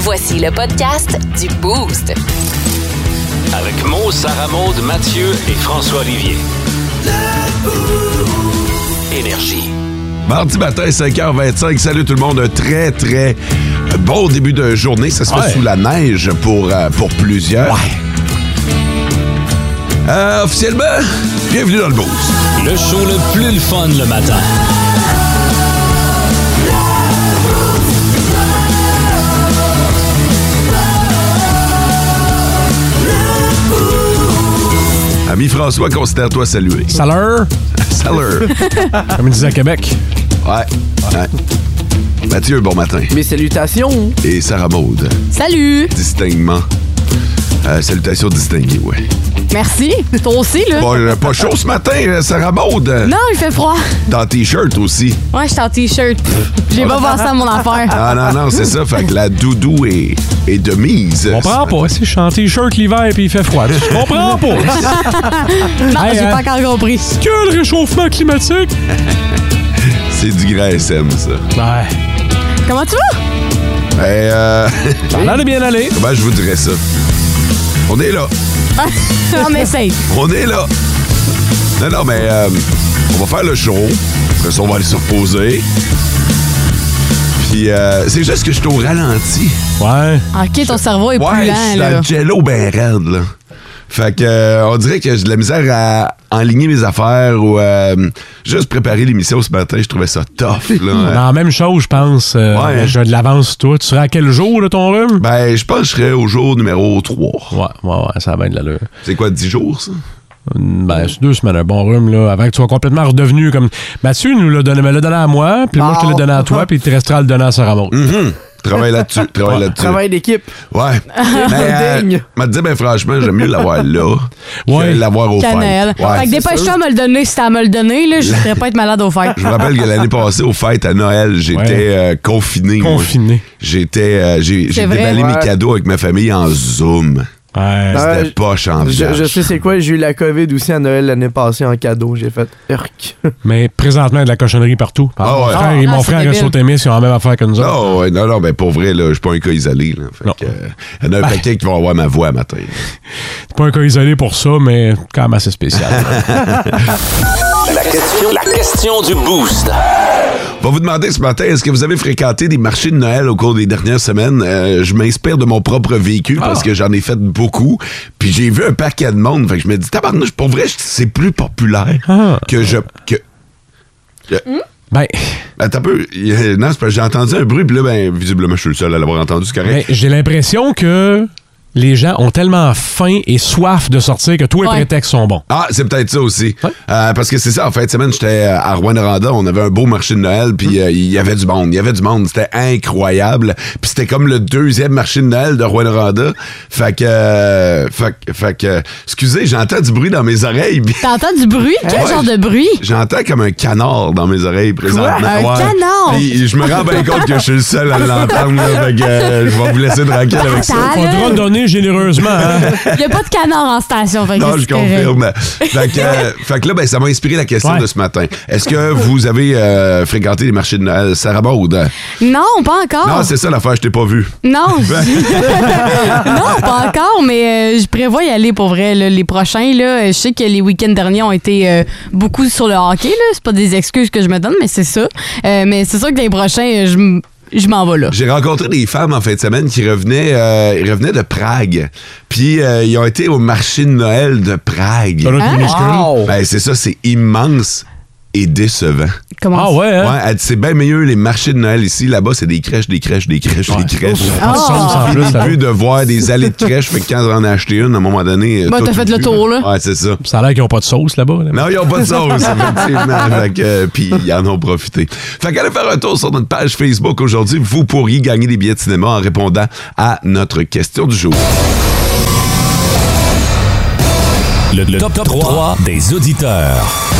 Voici le podcast du Boost. Avec Mo, Sarah Maud, Mathieu et François Olivier. Énergie. Mardi matin, 5h25. Salut tout le monde. Un très, très bon début de journée. Ça se fait Ouais. sous la neige pour, euh, pour plusieurs. Euh, officiellement, bienvenue dans le boost. Le show le plus le fun le matin. Ami François, considère-toi salué. Saleur, Salut. comme ils disent à Québec. Ouais. Ouais. Mathieu, bon matin. Mes salutations. Et Sarah Maud, Salut! distinguement. Euh, salutations distinguées, ouais. Merci! Toi aussi, là? Bon, euh, pas chaud ce matin, euh, Sarah Maud. Non, il fait froid. Dans t-shirt aussi. Ouais, je suis en t-shirt. J'ai pas pensé à mon affaire. Ah non, non, c'est ça. Fait que la doudou est, est de mise. On prend pas. Si je suis en t-shirt l'hiver puis il fait froid. Je comprends pas. Non, Hey, j'ai hein. pas encore compris. que le réchauffement climatique. C'est du gras SM, ça. Ouais. Comment tu vas? Ben, euh, Ça a l'air de bien aller. comment je vous dirais ça? On est là. On essaye. On est là. Non, non, mais euh, on va faire le show. Après ça, on va aller se reposer. Puis, euh, c'est juste que je suis au ralenti. Ouais. Ok, ton cerveau est plus Ouais, je lent, suis dans là. le jello ben raide, là. Fait que, euh, on dirait que j'ai de la misère à enligner mes affaires ou euh, juste préparer l'émission ce matin. Je trouvais ça tough, là. Dans la même chose, je pense. euh, Ouais. J'ai de l'avance, toi. Tu seras à quel jour de ton rhume? Ben, je pense que je serais au jour numéro 3. Ouais, ouais, ouais, ça a bien de l'allure. C'est quoi, 10 jours, ça? Ben, c'est deux semaines, un bon rhume, là, avant que tu sois complètement redevenu comme. Mathieu nous l'a donné, me l'a donné à moi, puis moi, je te l'ai donné Ah. à toi, puis il te restera à le donner à Sarah Maud. Mhm. Travaille là-dessus, travaille là-dessus. Travail d'équipe. Ouais. Mais, Dingue. euh, m'a dit, ben, franchement, j'aime mieux l'avoir là Ouais. que l'avoir au Cannelle. fête. Ouais. fait que dépêche-toi à me le donner. Si t'as à me le donner, là, je voudrais pas être malade au fait. Je me rappelle que l'année passée, au fête à Noël, j'étais Ouais. euh, confiné. moi. Confiné. J'étais, euh, j'ai j'ai C'est vrai. déballé mes Ouais. cadeaux avec ma famille en Zoom. Ouais. Ouais, C'était Ben, je- poche en Je, vierge. je sais c'est quoi, j'ai eu la COVID aussi à Noël l'année passée en cadeau. J'ai fait Urk. Mais présentement, il y a de la cochonnerie partout. Ah ouais. Mon frère et Ah, mon c'est frère débile. sont aimés, ils ont la même affaire que nous autres. Non, ouais, non, non, ben pour vrai, là, je suis pas un cas isolé. Là. Fait Non. que, Ah. euh, y en a un paquet qui vont avoir ma voix à matin. C'est pas un cas isolé pour ça, mais quand même assez spécial. La question, la question du boost. On va vous demander ce matin, est-ce que vous avez fréquenté des marchés de Noël au cours des dernières semaines? Euh, je m'inspire de mon propre vécu Ah. parce que j'en ai fait beaucoup. Puis j'ai vu un paquet de monde. Fait que je me dis, tabarnouche, pour vrai, c'est plus populaire Ah. que je... Que... que- ben, Attends un peu. Il y a- Non, c'est parce que j'ai entendu un bruit, puis là, ben, visiblement, je suis le seul à l'avoir entendu, c'est ben, correct. j'ai l'impression que les gens ont tellement faim et soif de sortir que tous les Ouais. prétextes sont bons. Ah, c'est peut-être ça aussi. Ouais. Euh, parce que c'est ça, en fin de semaine, j'étais euh, à Rwanda, on avait un beau marché de Noël, puis Hum. euh, il y avait du monde, il y avait du monde, c'était incroyable. Puis c'était comme le deuxième marché de Noël de Rwanda. Fait que... euh, fait, que- fait que... Excusez, j'entends du bruit dans mes oreilles, puis T'entends du bruit? Quel Ouais. genre de bruit? j'entends comme un canard dans mes oreilles présentement. Un canard? Puis je me rends bien compte que je suis le seul à l'entendre, là, fait que euh, je vais vous laisser tranquille avec Ah, ça. Attends, Faudra là. donner généreusement. hein. Il y a pas de canard en station. Fait que Non, c'est je correct. confirme. fait, que, euh, fait que là, ben, ça m'a inspiré la question Ouais. de ce matin. Est-ce que vous avez euh, fréquenté les marchés de Noël, Sarah Maud? Non, pas encore. Non, c'est ça l'affaire, je t'ai pas vu. Non, je- non, pas encore, mais euh, je prévois y aller pour vrai là, les prochains. Là, Euh, je sais que les week-ends derniers ont été euh, beaucoup sur le hockey. Là, c'est pas des excuses que je me donne, mais c'est ça. Euh, mais c'est sûr que les prochains, euh, je m- je m'en vais là. J'ai rencontré des femmes en fin de semaine qui revenaient, euh, ils revenaient de Prague. Puis euh, ils ont été au marché de Noël de Prague. Ça doit être Hein? Ah, minuscule. Wow! Ben, c'est ça, c'est immense et décevant. Comment Ah ça? ouais, hein? Ouais, elle dit, c'est bien mieux les marchés de Noël ici. Là-bas, c'est des crèches, des crèches, des crèches, Ouais. des crèches. Ah! Ça ressemble sans plus, hein. J'ai là. vu de voir des allées de crèches, fait que quand j'en ai acheté une, à un moment donné. euh, Ben, tout t'as fait est le vu, tour, là. Ouais, c'est ça. Ça a l'air qu'ils n'ont pas de sauce là-bas. là. Non, ils n'ont pas de sauce, effectivement. Fait que, euh, Puis ils en ont profité. Fait qu'allez faire un tour sur notre page Facebook aujourd'hui. Vous pourriez gagner des billets de cinéma en répondant à notre question du jour. Le, le top, 3, des auditeurs.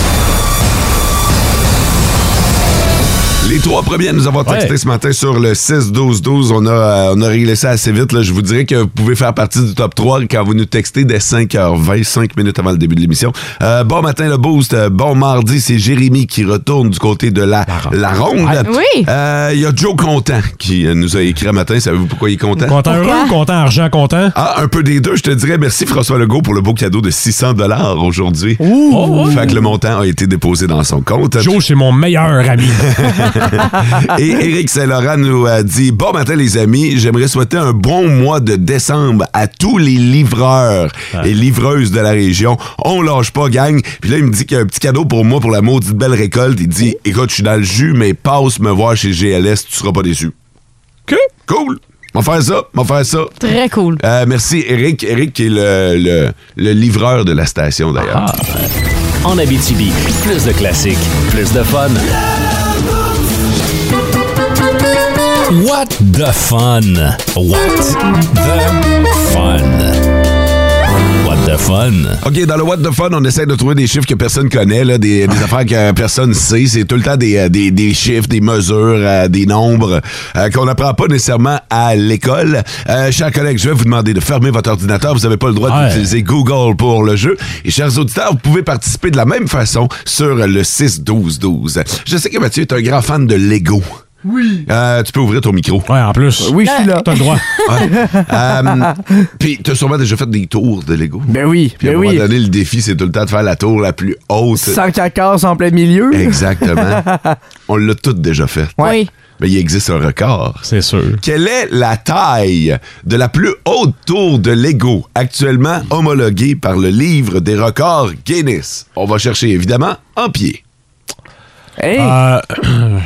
Les trois premiers à nous avoir texté Ouais. ce matin sur le 6-12-12, on, a, euh, on a réglé ça assez vite. là. Je vous dirais que vous pouvez faire partie du top 3 quand vous nous textez dès 5h20, 5 minutes avant le début de l'émission. Euh, bon matin, le boost. Euh, Bon mardi, c'est Jérémy qui retourne du côté de la, la ronde. Oui. Euh, Il y a Joe Content qui euh, nous a écrit un matin. Savez-vous pourquoi il est content? Content Pourquoi? heureux, content argent, content. Ah, un peu des deux, je te dirais. Merci François Legault pour le beau cadeau de 600 dollars aujourd'hui. Oh, ouais. Fait que le montant a été déposé dans son compte. Joe, c'est mon meilleur ami. Et Éric Saint-Laurent nous a dit Bon matin, les amis, j'aimerais souhaiter un bon mois de décembre à tous les livreurs et livreuses de la région. On lâche pas, gang. Puis là, il me dit qu'il y a un petit cadeau pour moi pour la maudite belle récolte. Il dit Écoute, je suis dans le jus, mais passe me voir chez GLS, tu seras pas déçu. Que? Cool. On va faire ça, on va faire ça. Très cool. Euh, merci, Eric. Eric qui est le, le- le livreur de la station, d'ailleurs. Ah. En Abitibi, plus de classiques, plus de fun. What the fun? What the fun? What the fun? OK, dans le What the Fun, on essaie de trouver des chiffres que personne connaît, là, des, des affaires que personne sait. C'est tout le temps des, euh, des- des chiffres, des mesures, euh, des nombres euh, qu'on n'apprend pas nécessairement à l'école. Euh, chers collègues, je vais vous demander de fermer votre ordinateur. Vous n'avez pas le droit Ouais. d'utiliser Google pour le jeu. Et chers auditeurs, vous pouvez participer de la même façon sur le 6-12-12. Je sais que Mathieu est un grand fan de Lego. Oui. tu peux ouvrir ton micro. Ouais, en plus. Oui, je suis là. T'as le droit. Ouais. Euh, Puis, tu as sûrement déjà fait des tours de Lego. Ben oui, Puis à ben un moment oui. donné, le défi, c'est tout le temps de faire la tour la plus haute. Sans qu'elle casse en plein milieu. Exactement. On l'a toutes déjà fait. Oui. Mais il existe un record. C'est sûr. Quelle est la taille de la plus haute tour de Lego actuellement homologuée par le livre des records Guinness? On va chercher évidemment en pied. Hey, Euh,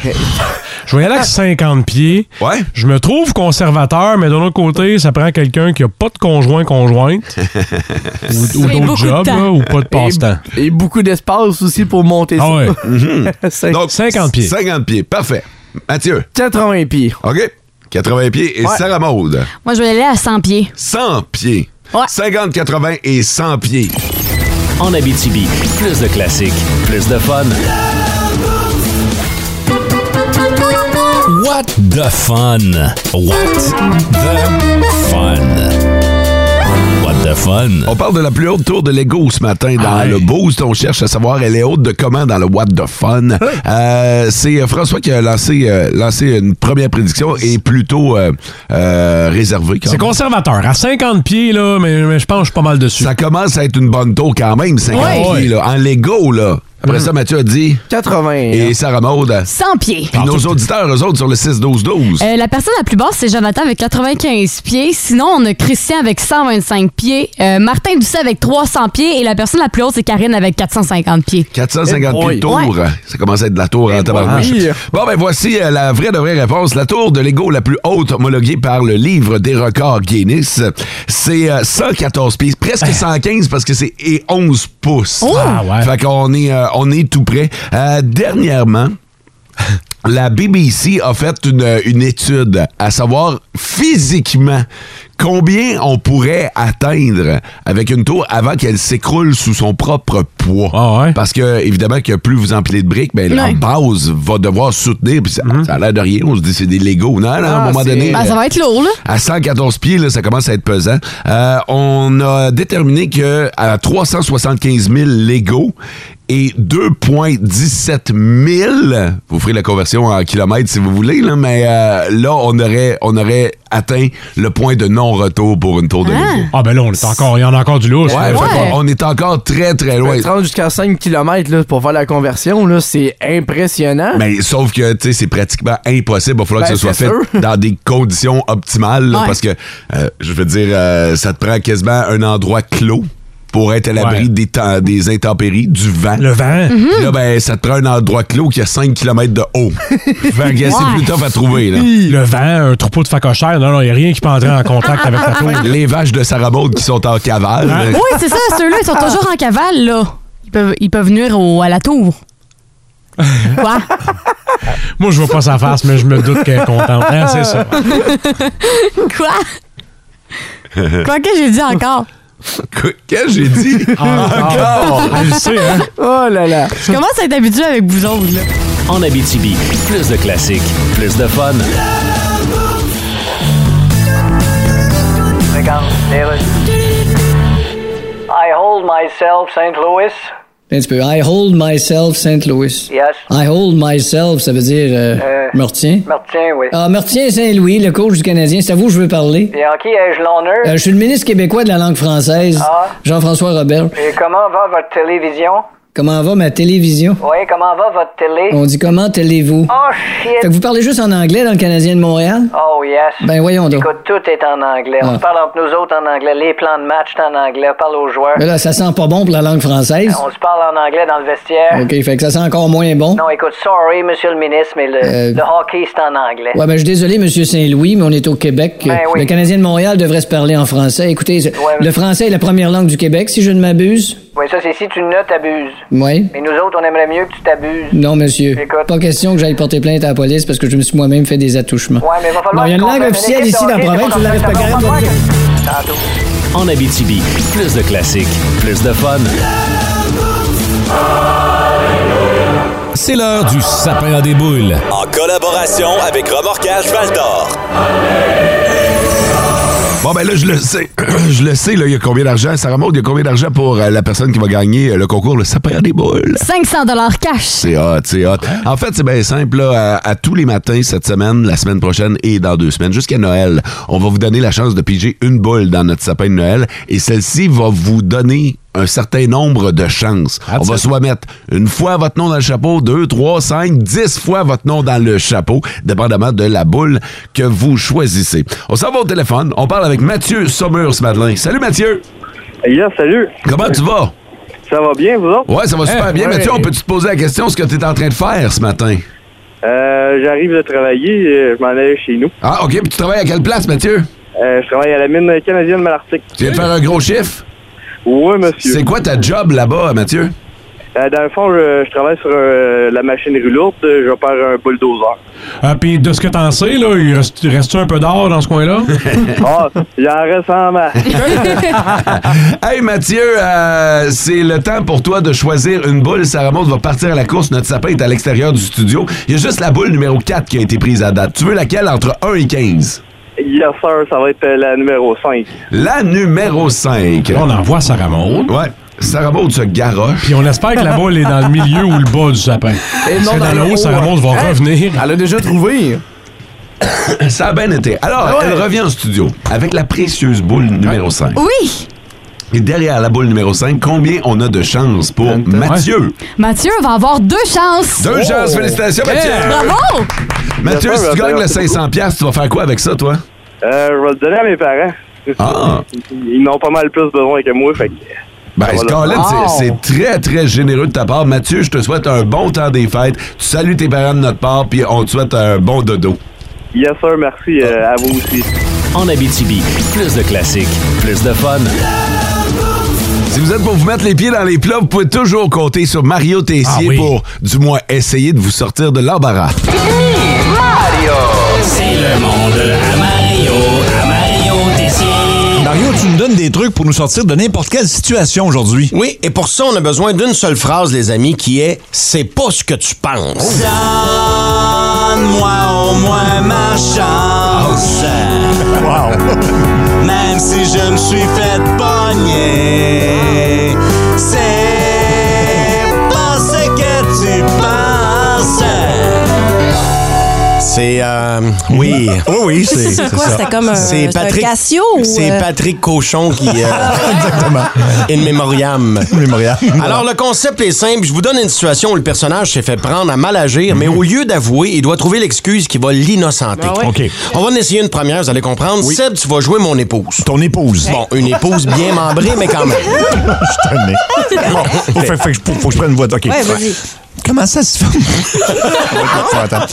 je vais y aller avec 50 pieds. Ouais. Je me trouve conservateur, mais d'un autre côté, ça prend quelqu'un qui a pas de conjoint conjointe Et ou, ou d'autres beaucoup de jobs temps. là, ou pas de et, passe-temps. et beaucoup d'espace aussi pour monter Ah ouais. ça. C'est Mhm. Donc, 50 pieds. 50 pieds. Parfait. Mathieu, 80 pieds. OK? 80 pieds et Ouais. Sarah Maude. Moi, je vais aller à 100 pieds. 100 pieds. Ouais. 50, 80 et 100 pieds. En Abitibi, plus de classiques, plus de fun. What the fun? What the fun? What the fun? On parle de la plus haute tour de Lego ce matin dans Aïe. le Boost. On cherche à savoir elle est haute de comment dans le What the Fun. Hein? Euh, c'est euh, François qui a lancé, euh, lancé une première prédiction et plutôt euh, euh, réservée. quand C'est même. conservateur. À 50 pieds, là, mais, mais je pense que je suis pas mal dessus. Ça commence à être une bonne tour quand même, 50 Ouais. Hum. pieds, là, en Lego. Là. Après ça, Mathieu a dit, 80. et Sarah Maud. 100 pieds. Puis nos Ah, auditeurs, eux autres, sur le 6-12-12. Euh, la personne la plus basse, c'est Jonathan avec 95 pieds. Sinon, on a Christian avec 125 pieds. euh, Martin Doucet avec 300 pieds. Et la personne la plus haute, c'est Karine avec 450 pieds. 450 Eh pieds boy. de tour. Ça commence à être de la tour en tabarnouche. boy. Bon, ben voici euh, la vraie de vraie réponse. La tour de Lego la plus haute homologuée par le livre des records Guinness, c'est euh, 114 pieds, presque 115 parce que c'est et 11 pouces. Oh! Ah ouais. Fait qu'on est, euh, on est tout près. Euh, dernièrement, la BBC a fait une, une étude à savoir physiquement combien on pourrait atteindre avec une tour avant qu'elle s'écroule sous son propre poids. Ah ouais? Parce que, évidemment, que plus vous empilez de briques, ben, la Ouais. base va devoir soutenir. Puis ça, ça a l'air de rien. On se dit, c'est des Legos. Non, non, Hein, à un Ah, moment c'est- donné. Ben, ça va être lourd, là. À 114 pieds, là, ça commence à être pesant. Euh, on a déterminé que à 375 000 Lego et 2,17 000, vous ferez la conversion en kilomètres si vous voulez, là, mais euh, là, on aurait, on aurait atteint le point de non-retour pour une tour de Ah. Lego. Ah ben là, on est encore, il y en a encore du lousse. Ouais, là. fait qu'on- on est encore très, très loin. 30 jusqu'à 5 km là, pour faire la conversion, là, c'est impressionnant. Mais sauf que, tu sais, c'est pratiquement impossible. Il va falloir Ben, que ce soit c'est fait sûr. dans des conditions optimales. là, Ouais. Parce que, euh, je veux dire, euh, ça te prend quasiment un endroit clos pour être à l'abri Ouais. des, temps- des intempéries, du vent. Le vent. Puis Mm-hmm. Là, ben, ça te prend un endroit clos qui a 5 km de haut. fait que c'est Ouais. plus tough à trouver. là. Le vent, un troupeau de facochères. Non, non, il n'y a rien qui peut entrer en contact avec la Hein? tour. Les vaches de Sarah Maud qui sont en cavale. là. Oui, c'est ça. Ceux-là, ils sont toujours en cavale, là. Ils peuvent, ils peuvent venir au- à la tour. Quoi? Moi, je vois pas sa face, mais je me doute qu'elle est contente. Hein, c'est ça. Quoi? Quoi que j'ai dit encore? Qu'est-ce que j'ai dit? Ah, Encore! Ah, Elle le sait, hein? Oh là là. Je commence à être habitué avec vous autres, là. en Abitibi. Plus de classiques, plus de fun. I hold myself St. Louis. Un petit peu. I hold myself St. Louis. Yes. I hold myself, ça veut dire euh, Euh, je me retiens. Martin, oui. Ah, me retiens Saint-Louis, le coach du Canadien, c'est à vous que je veux parler. Et en qui ai-je l'honneur? Euh, je suis le ministre québécois de la langue française, Ah. Jean-François Robert. Et comment va votre télévision? Comment va ma télévision? Oui, comment va votre télé? On dit comment allez-vous? Oh, shit! Fait que vous parlez juste en anglais dans le Canadien de Montréal? Oh, yes. Ben voyons donc. Écoute, tout est en anglais. On Ah. se parle entre nous autres en anglais. Les plans de match, c'est en anglais. On parle aux joueurs. Mais là, ça sent pas bon pour la langue française. On se parle en anglais dans le vestiaire. OK, fait que ça sent encore moins bon. Non, écoute, sorry, monsieur le ministre, mais le, Euh, le hockey, c'est en anglais. Ouais, ben, je suis désolé, Monsieur Saint-Louis, mais on est au Québec. Ben oui. Le Canadien de Montréal devrait se parler en français. Écoutez, le français est la première langue du Québec, si je ne m'abuse. Oui, ça, c'est si tu ne t'abuses. Oui. Mais nous autres, on aimerait mieux que tu t'abuses. Non, monsieur. Écoute. Pas question que j'aille porter plainte à la police parce que je me suis moi-même fait des attouchements. Ouais, mais va falloir Non, il y a une qu'on langue fasse officielle équipe ici de dans la hockey, province, c'est tu la respectes pas quand même, normal. donc- Tantôt. En Abitibi, plus de classiques, plus de fun. C'est l'heure du sapin à des boules. En collaboration avec Remorquage Valdor. Bon, ben là, je le sais. je le sais, là, il y a combien d'argent? Sarah Maud, il y a combien d'argent pour euh, la personne qui va gagner euh, le concours, le sapin des boules? 500 cash. C'est hot, c'est hot. En fait, c'est bien simple. là, à, à tous les matins cette semaine, la semaine prochaine et dans deux semaines, jusqu'à Noël, on va vous donner la chance de piger une boule dans notre sapin de Noël et celle-ci va vous donner un certain nombre de chances. On va soit mettre une fois votre nom dans le chapeau, deux, trois, cinq, dix fois votre nom dans le chapeau, dépendamment de la boule que vous choisissez. On s'en va au téléphone. On parle avec Mathieu Sommure ce matin. Salut Mathieu! Yes, salut. Comment tu vas? Ça va bien, vous autres? Ouais, ça va super Eh, bien. ouais. Mathieu, on peut te poser la question ce que tu es en train de faire ce matin? Euh, J'arrive de travailler, euh, je m'en allais chez nous. Ah, OK. Puis tu travailles à quelle place, Mathieu? Euh, je travaille à la mine canadienne Malartic. Tu viens de faire un gros chiffre? Oui, monsieur. C'est quoi ta job là-bas, Mathieu? Euh, dans le fond, je, je travaille sur euh, la machinerie lourde. Je vais faire un bulldozer. Ah, Puis de ce que t'en sais, là, il reste- reste-tu un peu d'or dans ce coin-là? Ah, il en reste en masse. Ah. hey, Mathieu, euh, c'est le temps pour toi de choisir une boule. Sarah Maud va partir à la course. Notre sapin est à l'extérieur du studio. Il y a juste la boule numéro 4 qui a été prise à date. Tu veux laquelle entre 1 et 15? Yes, sir, ça va être euh, la numéro 5. La numéro 5. On envoie Sarah Maud. Ouais. Sarah Maud se garoche. Puis on espère que la boule est dans le milieu ou le bas du sapin. Et non, Parce que dans dans le le haut, haut, Sarah Maud va hein? revenir. Elle a déjà trouvé. Ça a bien été. Alors, Ah ouais. elle revient en studio avec la précieuse boule numéro 5. Oui! Et derrière la boule numéro 5, combien on a de chances pour Mathieu? Mathieu va avoir deux chances. Oh. Deux chances, félicitations, Mathieu! Bravo! Mathieu, si Merci, tu gagnes le merci 500$, piastres, tu vas faire quoi avec ça, toi? Euh, je vais le donner à mes parents. Ah. Ils n'ont pas mal plus besoin que moi, fait que... Ben, Ça va le- Colin, c'est- Wow. c'est très, très généreux de ta part. Mathieu, je te souhaite un bon temps des fêtes. Tu salues tes parents de notre part, puis on te souhaite un bon dodo. Yes, sir, merci euh, à vous aussi. En Abitibi, plus de classiques, plus de fun. Si vous êtes pour vous mettre les pieds dans les plats, vous pouvez toujours compter sur Mario Tessier Ah oui. pour, du moins, essayer de vous sortir de l'embarras. C'est le monde à Mario, à Mario Tessier. Mario, tu nous donnes des trucs pour nous sortir de n'importe quelle situation aujourd'hui. Oui, et pour ça, on a besoin d'une seule phrase, les amis, qui est C'est pas ce que tu penses. Donne-moi au moins ma chance. Même si je me suis fait pogner, c'est pas ce que tu penses. C'est. euh, oui. Oui, oui, c'est. Oh. C'est quoi? ça. C'était comme un- C'est c'était un Patrick. Casio ou, C'est euh? Patrick Cochon qui. Exactement. In memoriam. Alors, le concept est simple. Je vous donne une situation où le personnage s'est fait prendre à mal agir, Mhm. mais au lieu d'avouer, il doit trouver l'excuse qui va l'innocenter. Ah ouais. OK. On va en essayer une première, vous allez comprendre. Seb, tu vas jouer mon épouse. Ton épouse. Bon, une épouse bien membrée, mais quand même. Je t'en ai. Bon, faut, faut- faut que je- faut que je prenne une voix. OK. Ouais, vas-y. Comment ça se fait? Attends.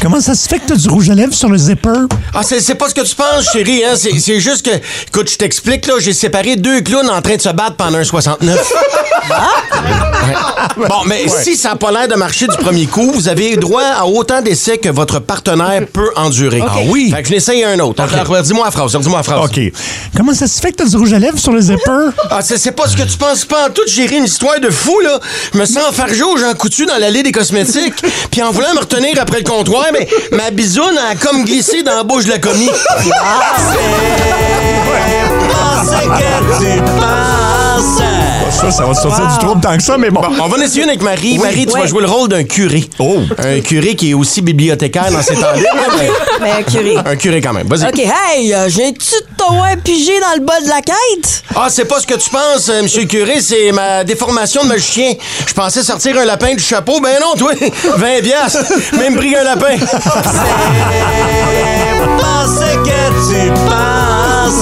Comment ça se fait que t'as du rouge à lèvres sur le zipper? Ah, c'est c'est pas ce que tu penses, chérie, hein? C'est c'est juste que. Écoute, je t'explique, là, j'ai séparé deux clowns en train de se battre pendant un 69. Ah! Ouais. Bon, mais si ça n'a pas l'air de marcher du premier coup, vous avez droit à autant d'essais que votre partenaire peut endurer. Ah oui? Fait que je l'essaye un autre. Alors, dis-moi la phrase, dis-moi la phrase. OK. Comment ça se fait que t'as du rouge à lèvres sur le zipper? Ah, c'est c'est pas ce que tu penses pas en tout, gérer une histoire de fou, là. Je me sens fargeau, j'ai un coup foutu dans l'allée des cosmétiques. Puis en voulant me retenir après le comptoir, mais ma bisoune a comme glissé dans la bouche de la commis. Ah, c'est c'est que tu penses. Ça, ça va te sortir du trouble tant que ça, mais bon. On va en essayer une avec Marie. Oui. Marie, tu vas Ouais. jouer le rôle d'un curé. Oh. Un curé qui est aussi bibliothécaire dans ses temps libres. Mais un curé. Un curé quand même. Vas-y. OK, hey, euh, j'ai-tu ton un pigé dans le bas de la quête? Ah, c'est pas ce que tu penses, euh, monsieur le curé, c'est ma déformation de magicien. Je pensais sortir un lapin du chapeau. Ben non, toi, 20 piastres. Même prix un lapin. C'est que tu penses.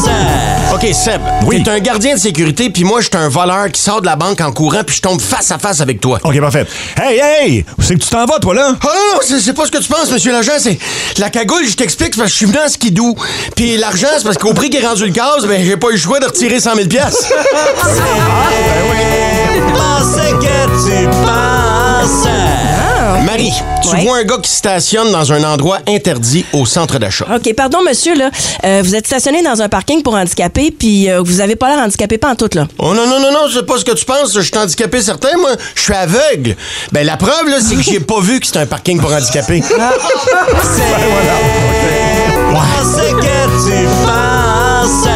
OK, Seb, t'es un gardien de sécurité, puis moi, je suis un voleur qui sort de la banque en courant, puis je tombe face à face avec toi. OK, parfait. Hey, hey! Où c'est que tu t'en vas, toi, là? Ah non, non, c'est- c'est pas ce que tu penses, monsieur l'agent. C'est la cagoule, je t'explique, c'est parce que je suis venu en skidou. Puis l'argent, c'est parce qu'au prix qui est rendu le gaz, ben j'ai pas eu le choix de retirer 100 000 piastres. C'est que tu penses. Marie, tu vois un gars qui stationne dans un endroit interdit au centre d'achat. OK, pardon, monsieur, là. Euh, vous êtes stationné dans un parking pour handicapés, puis euh, vous avez pas l'air handicapé pas en tout, là. Oh non, non, non, non, c'est pas ce que tu penses. Je suis handicapé certain, moi. Je suis aveugle. Ben la preuve, là, c'est que j'ai pas vu que c'était un parking pour handicapés. C'est que tu penses.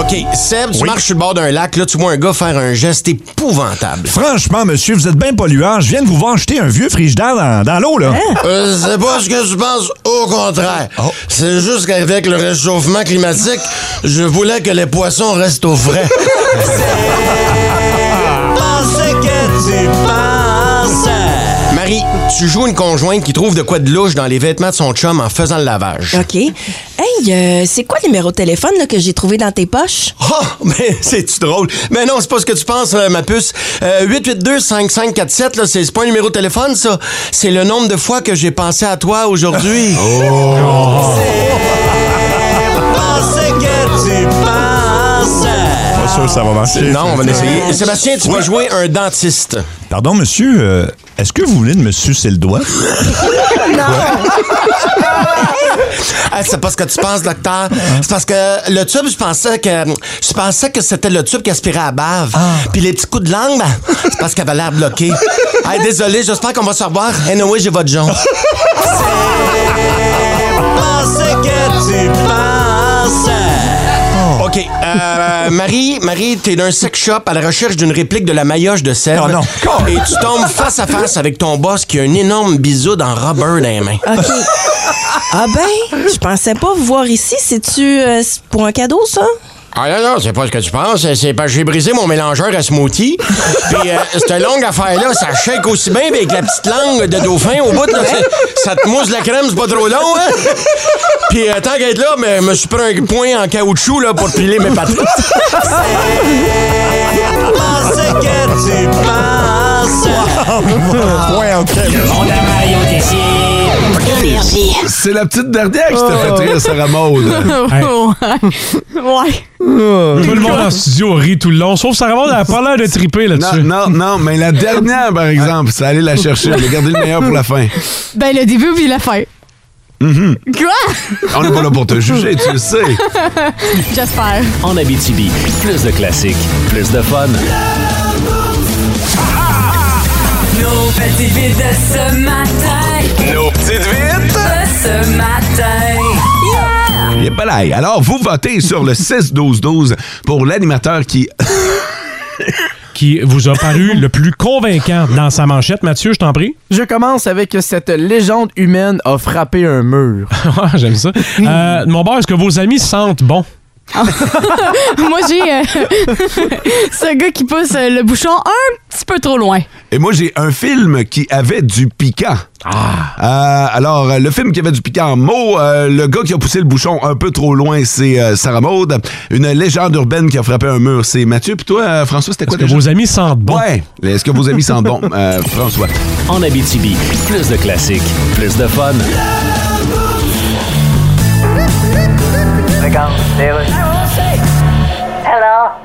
OK, Seb, tu marches sur le bord d'un lac, là, tu vois un gars faire un geste épouvantable. Franchement, monsieur, vous êtes bien polluant. Je viens de vous voir jeter un vieux frigidaire dans, dans l'eau, là. Euh, c'est pas ce que tu penses, au contraire. C'est juste qu'avec le réchauffement climatique, je voulais que les poissons restent au frais. C'est que tu penses. Marie, tu joues une conjointe qui trouve de quoi de louche dans les vêtements de son chum en faisant le lavage. OK. Hey, euh, c'est quoi le numéro de téléphone là, que j'ai trouvé dans tes poches? Oh, mais c'est-tu drôle? Mais non, c'est pas ce que tu penses, euh, ma puce. Euh, 882-5547, là, c'est c'est pas un numéro de téléphone, ça. C'est le nombre de fois que j'ai pensé à toi aujourd'hui. C'est que tu penses. Pas sûr que ça va marcher. Non, on va l'essayer. Sébastien, tu vas jouer un dentiste. Pardon, monsieur, euh, est-ce que vous voulez de me sucer le doigt? Ah, c'est pas ce que tu penses, docteur. Hein? C'est parce que le tube, je pensais que je pensais que c'était le tube qui aspirait à la bave. Ah. Puis les petits coups de langue, ben, c'est parce qu'elle avait l'air bloquée. Ah, désolé, j'espère qu'on va se revoir. Anyway, j'ai votre jonc. C'est que tu penses. Oh. OK. euh, Marie, Marie, t'es d'un sex shop à la recherche d'une réplique de la maillotche de sel. Oh, non. Et tu tombes face à face avec ton boss qui a un énorme bisou dans rubber dans les mains. OK. ah ben, je pensais pas vous voir ici. C'est-tu euh, c'est pour un cadeau, ça? Ah non, non, c'est pas ce que tu penses. hein. C'est parce que j'ai brisé mon mélangeur à smoothie. Puis euh, cette longue affaire-là, ça shake aussi bien mais avec la petite langue de dauphin au bout. Là, c'est- ça te mousse la crème, c'est pas trop long. Hein? Puis euh, tant qu'à être là, mais je me suis pris un point en caoutchouc là, pour piler mes patates. C'est que tu penses. Ouais, OK. Mon Mario Tessier. Énergie. C'est la petite dernière qui t'a fait rire, Sarah Maud. ouais. Oh! ouais. Oh. Tout le monde en studio rit tout le long, sauf Sarah Maud, elle a pas l'air de triper là-dessus. Non, non, non, mais la dernière, par exemple, c'est aller la chercher. J'ai gardé le meilleur pour la fin. Ben, le début puis la fin. Mhm. Quoi? On n'est pas là pour te juger, tu le sais. J'espère. En Abitibi, plus de classiques, plus de fun. Nos petites vites de ce matin. Nos petites vites de ce matin. Yeah! Il est pas là. Alors, vous votez sur le 6-12-12 pour l'animateur qui. Qui vous a paru le plus convaincant dans sa manchette, Mathieu, je t'en prie. Je commence avec cette légende humaine a frappé un mur. Ah, J'aime ça. Euh, de mon bord, est-ce que vos amis sentent bon? Moi, j'ai euh, ce gars qui pousse euh, le bouchon un petit peu trop loin. Et moi, j'ai un film qui avait du piquant. Euh, Ah. alors, euh, le film qui avait du piquant en mots, euh, le gars qui a poussé le bouchon un peu trop loin, c'est euh, Sarah Maud. Une légende urbaine qui a frappé un mur, c'est Mathieu. Puis toi, euh, François, c'était quoi Est-ce que vos amis sentent bon? Ouais. Est-ce que vos amis sentent bon, Euh, François? En Abitibi, plus de classiques, plus de fun. Regarde, les rues.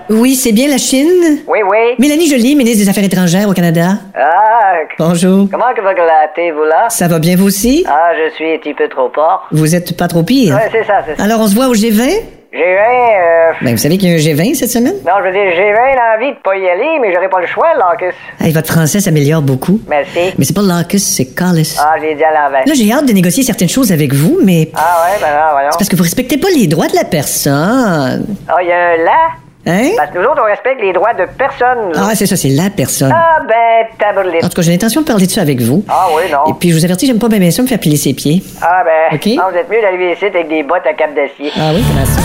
Oui, c'est bien la Chine? Oui, oui. Mélanie Joly, ministre des Affaires étrangères au Canada. Ah, Bonjour. comment que va glater, vous là? Ça va bien, vous aussi? Ah, je suis un petit peu trop fort. Vous êtes pas trop pire. Ouais, c'est ça, c'est ça. Alors, on se voit au G20? J'ai un. euh, Ben, vous savez qu'il y a un G20 cette semaine? Non, je veux dire, j'ai bien envie de pas y aller, mais j'aurais pas le choix, Lacus. Hey, votre français s'améliore beaucoup. Merci. Mais c'est pas lacus, c'est callus. Ah, je l'ai dit à l'envers. Là, j'ai hâte de négocier certaines choses avec vous, mais Ah, ouais, ben là, voyons. c'est parce que vous respectez pas les droits de la personne. Ah, il y a un là. Hein? Parce que nous autres, on respecte les droits de personne. nous Ah, autres. c'est ça, c'est la personne. Ah, ben, tabourlette. En tout cas, j'ai l'intention de parler de ça avec vous. Ah, oui, non. Et puis, je vous avertis, j'aime pas bien, bien ça me faire piler ses pieds. Ah, ben. Ok. non, vous êtes mieux d'arriver ici avec des bottes à cap d'acier. Ah, oui, comment ça?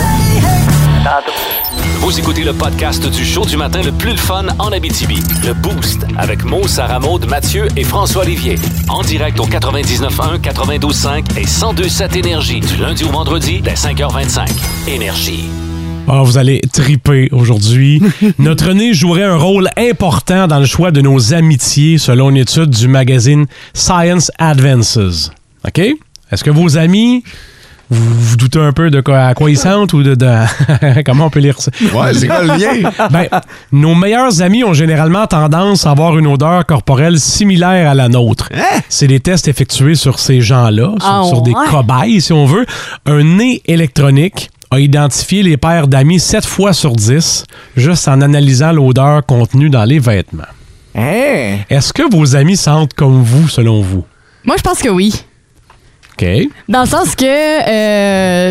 Vous écoutez le podcast du show du matin le plus le fun en Abitibi. Le Boost avec Mo, Sarah Maud, Mathieu et François Olivier. En direct au 99.1, 92.5 et 102.7 Énergie du lundi au vendredi dès 5h25. Énergie. Ah, vous allez triper aujourd'hui. Notre nez jouerait un rôle important dans le choix de nos amitiés selon une étude du magazine Science Advances. OK? Est-ce que vos amis, vous, vous doutez un peu de quoi, à quoi ils sentent ou de, de- comment on peut lire ça? Ouais, c'est quoi le lien? Ben, nos meilleurs amis ont généralement tendance à avoir une odeur corporelle similaire à la nôtre. Hein? C'est des tests effectués sur ces gens-là, sur, Ah sur des ouais? cobayes, si on veut. Un nez électronique a identifié les paires d'amis 7 fois sur 10, juste en analysant l'odeur contenue dans les vêtements. Hein? Est-ce que vos amis sentent comme vous, selon vous? Moi, je pense que oui. OK. Ben, Dans le sens que,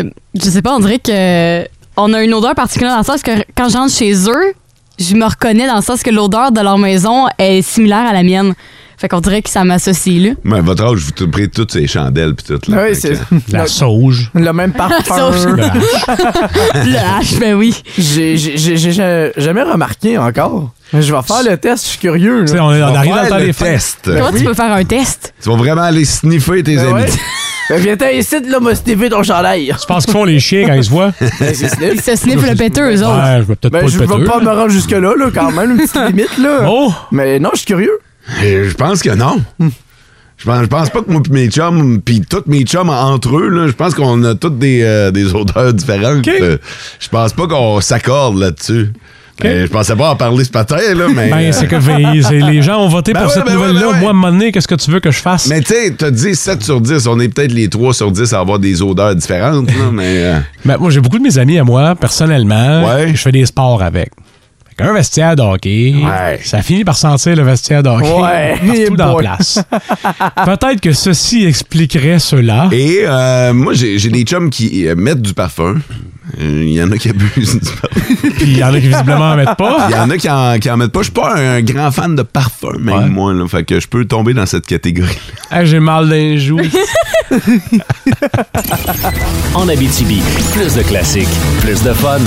euh, je sais pas, on dirait que on a une odeur particulière dans le sens que quand j'entre chez eux, je me reconnais dans le sens que l'odeur de leur maison est similaire à la mienne. Fait qu'on dirait que ça m'associe, là. Mais à votre âge, vous prenez toutes ces chandelles puis tout. Là, Oui, Fait que- c'est- La sauge. Le même parfum. Sauf- Le H, ben oui. J'ai j'ai- j'ai- j'ai ja- jamais remarqué encore. Mais je vais faire le test, je suis curieux. là. Tu sais, on est- on Je vais arrive faire dans le temps le des test. fêtes. Comment Ben tu oui. peux faire un test? Tu vas vraiment aller sniffer tes Ben amis. ouais. Ben, Viens-t'en ici, là, m'a sniffé ton chandail. Je pense qu'ils font les chiens quand ils se voient. Ils se sniffent le péteux, eux autres. Ouais, je vais peut-être Ben, pas je le vais péteux. Oh! pas me rendre jusque-là, là, quand même, une petite limite, là. Mais non, je suis curieux. Et Euh, je pense que non. Je pense, je pense pas que moi pis mes chums, puis tous mes chums entre eux, là, je pense qu'on a toutes des, euh, des odeurs différentes. Euh, Je pense pas qu'on s'accorde là-dessus. Euh, je pensais pas en parler ce matin, là, mais... euh, Ben Ben, c'est que euh, veillez, c'est- les gens ont Ben voté pour cette nouvelle-là. Moi, à un moment donné, qu'est-ce que tu veux que je fasse? Mais tu sais, t'as dit 7 sur 10. On est peut-être les 3 sur 10 à avoir des odeurs différentes, là, mais... euh, Ben, moi, j'ai beaucoup de mes amis à moi, personnellement. Je fais des sports avec. Un vestiaire de hockey, ça finit par sentir le vestiaire de hockey Ouais. partout dans la Boy. place. Peut-être que ceci expliquerait cela. Et euh, moi, j'ai j'ai des chums qui euh, mettent du parfum. Euh, Il y en a qui abusent du parfum. Puis il y en a qui visiblement en mettent pas. Il y en a qui en, qui en mettent pas. Je suis pas un grand fan de parfum, même moi. là. Fait que je peux tomber dans cette catégorie. Ah, j'ai mal dans les joues. En Abitibi, plus de classiques, plus de fun.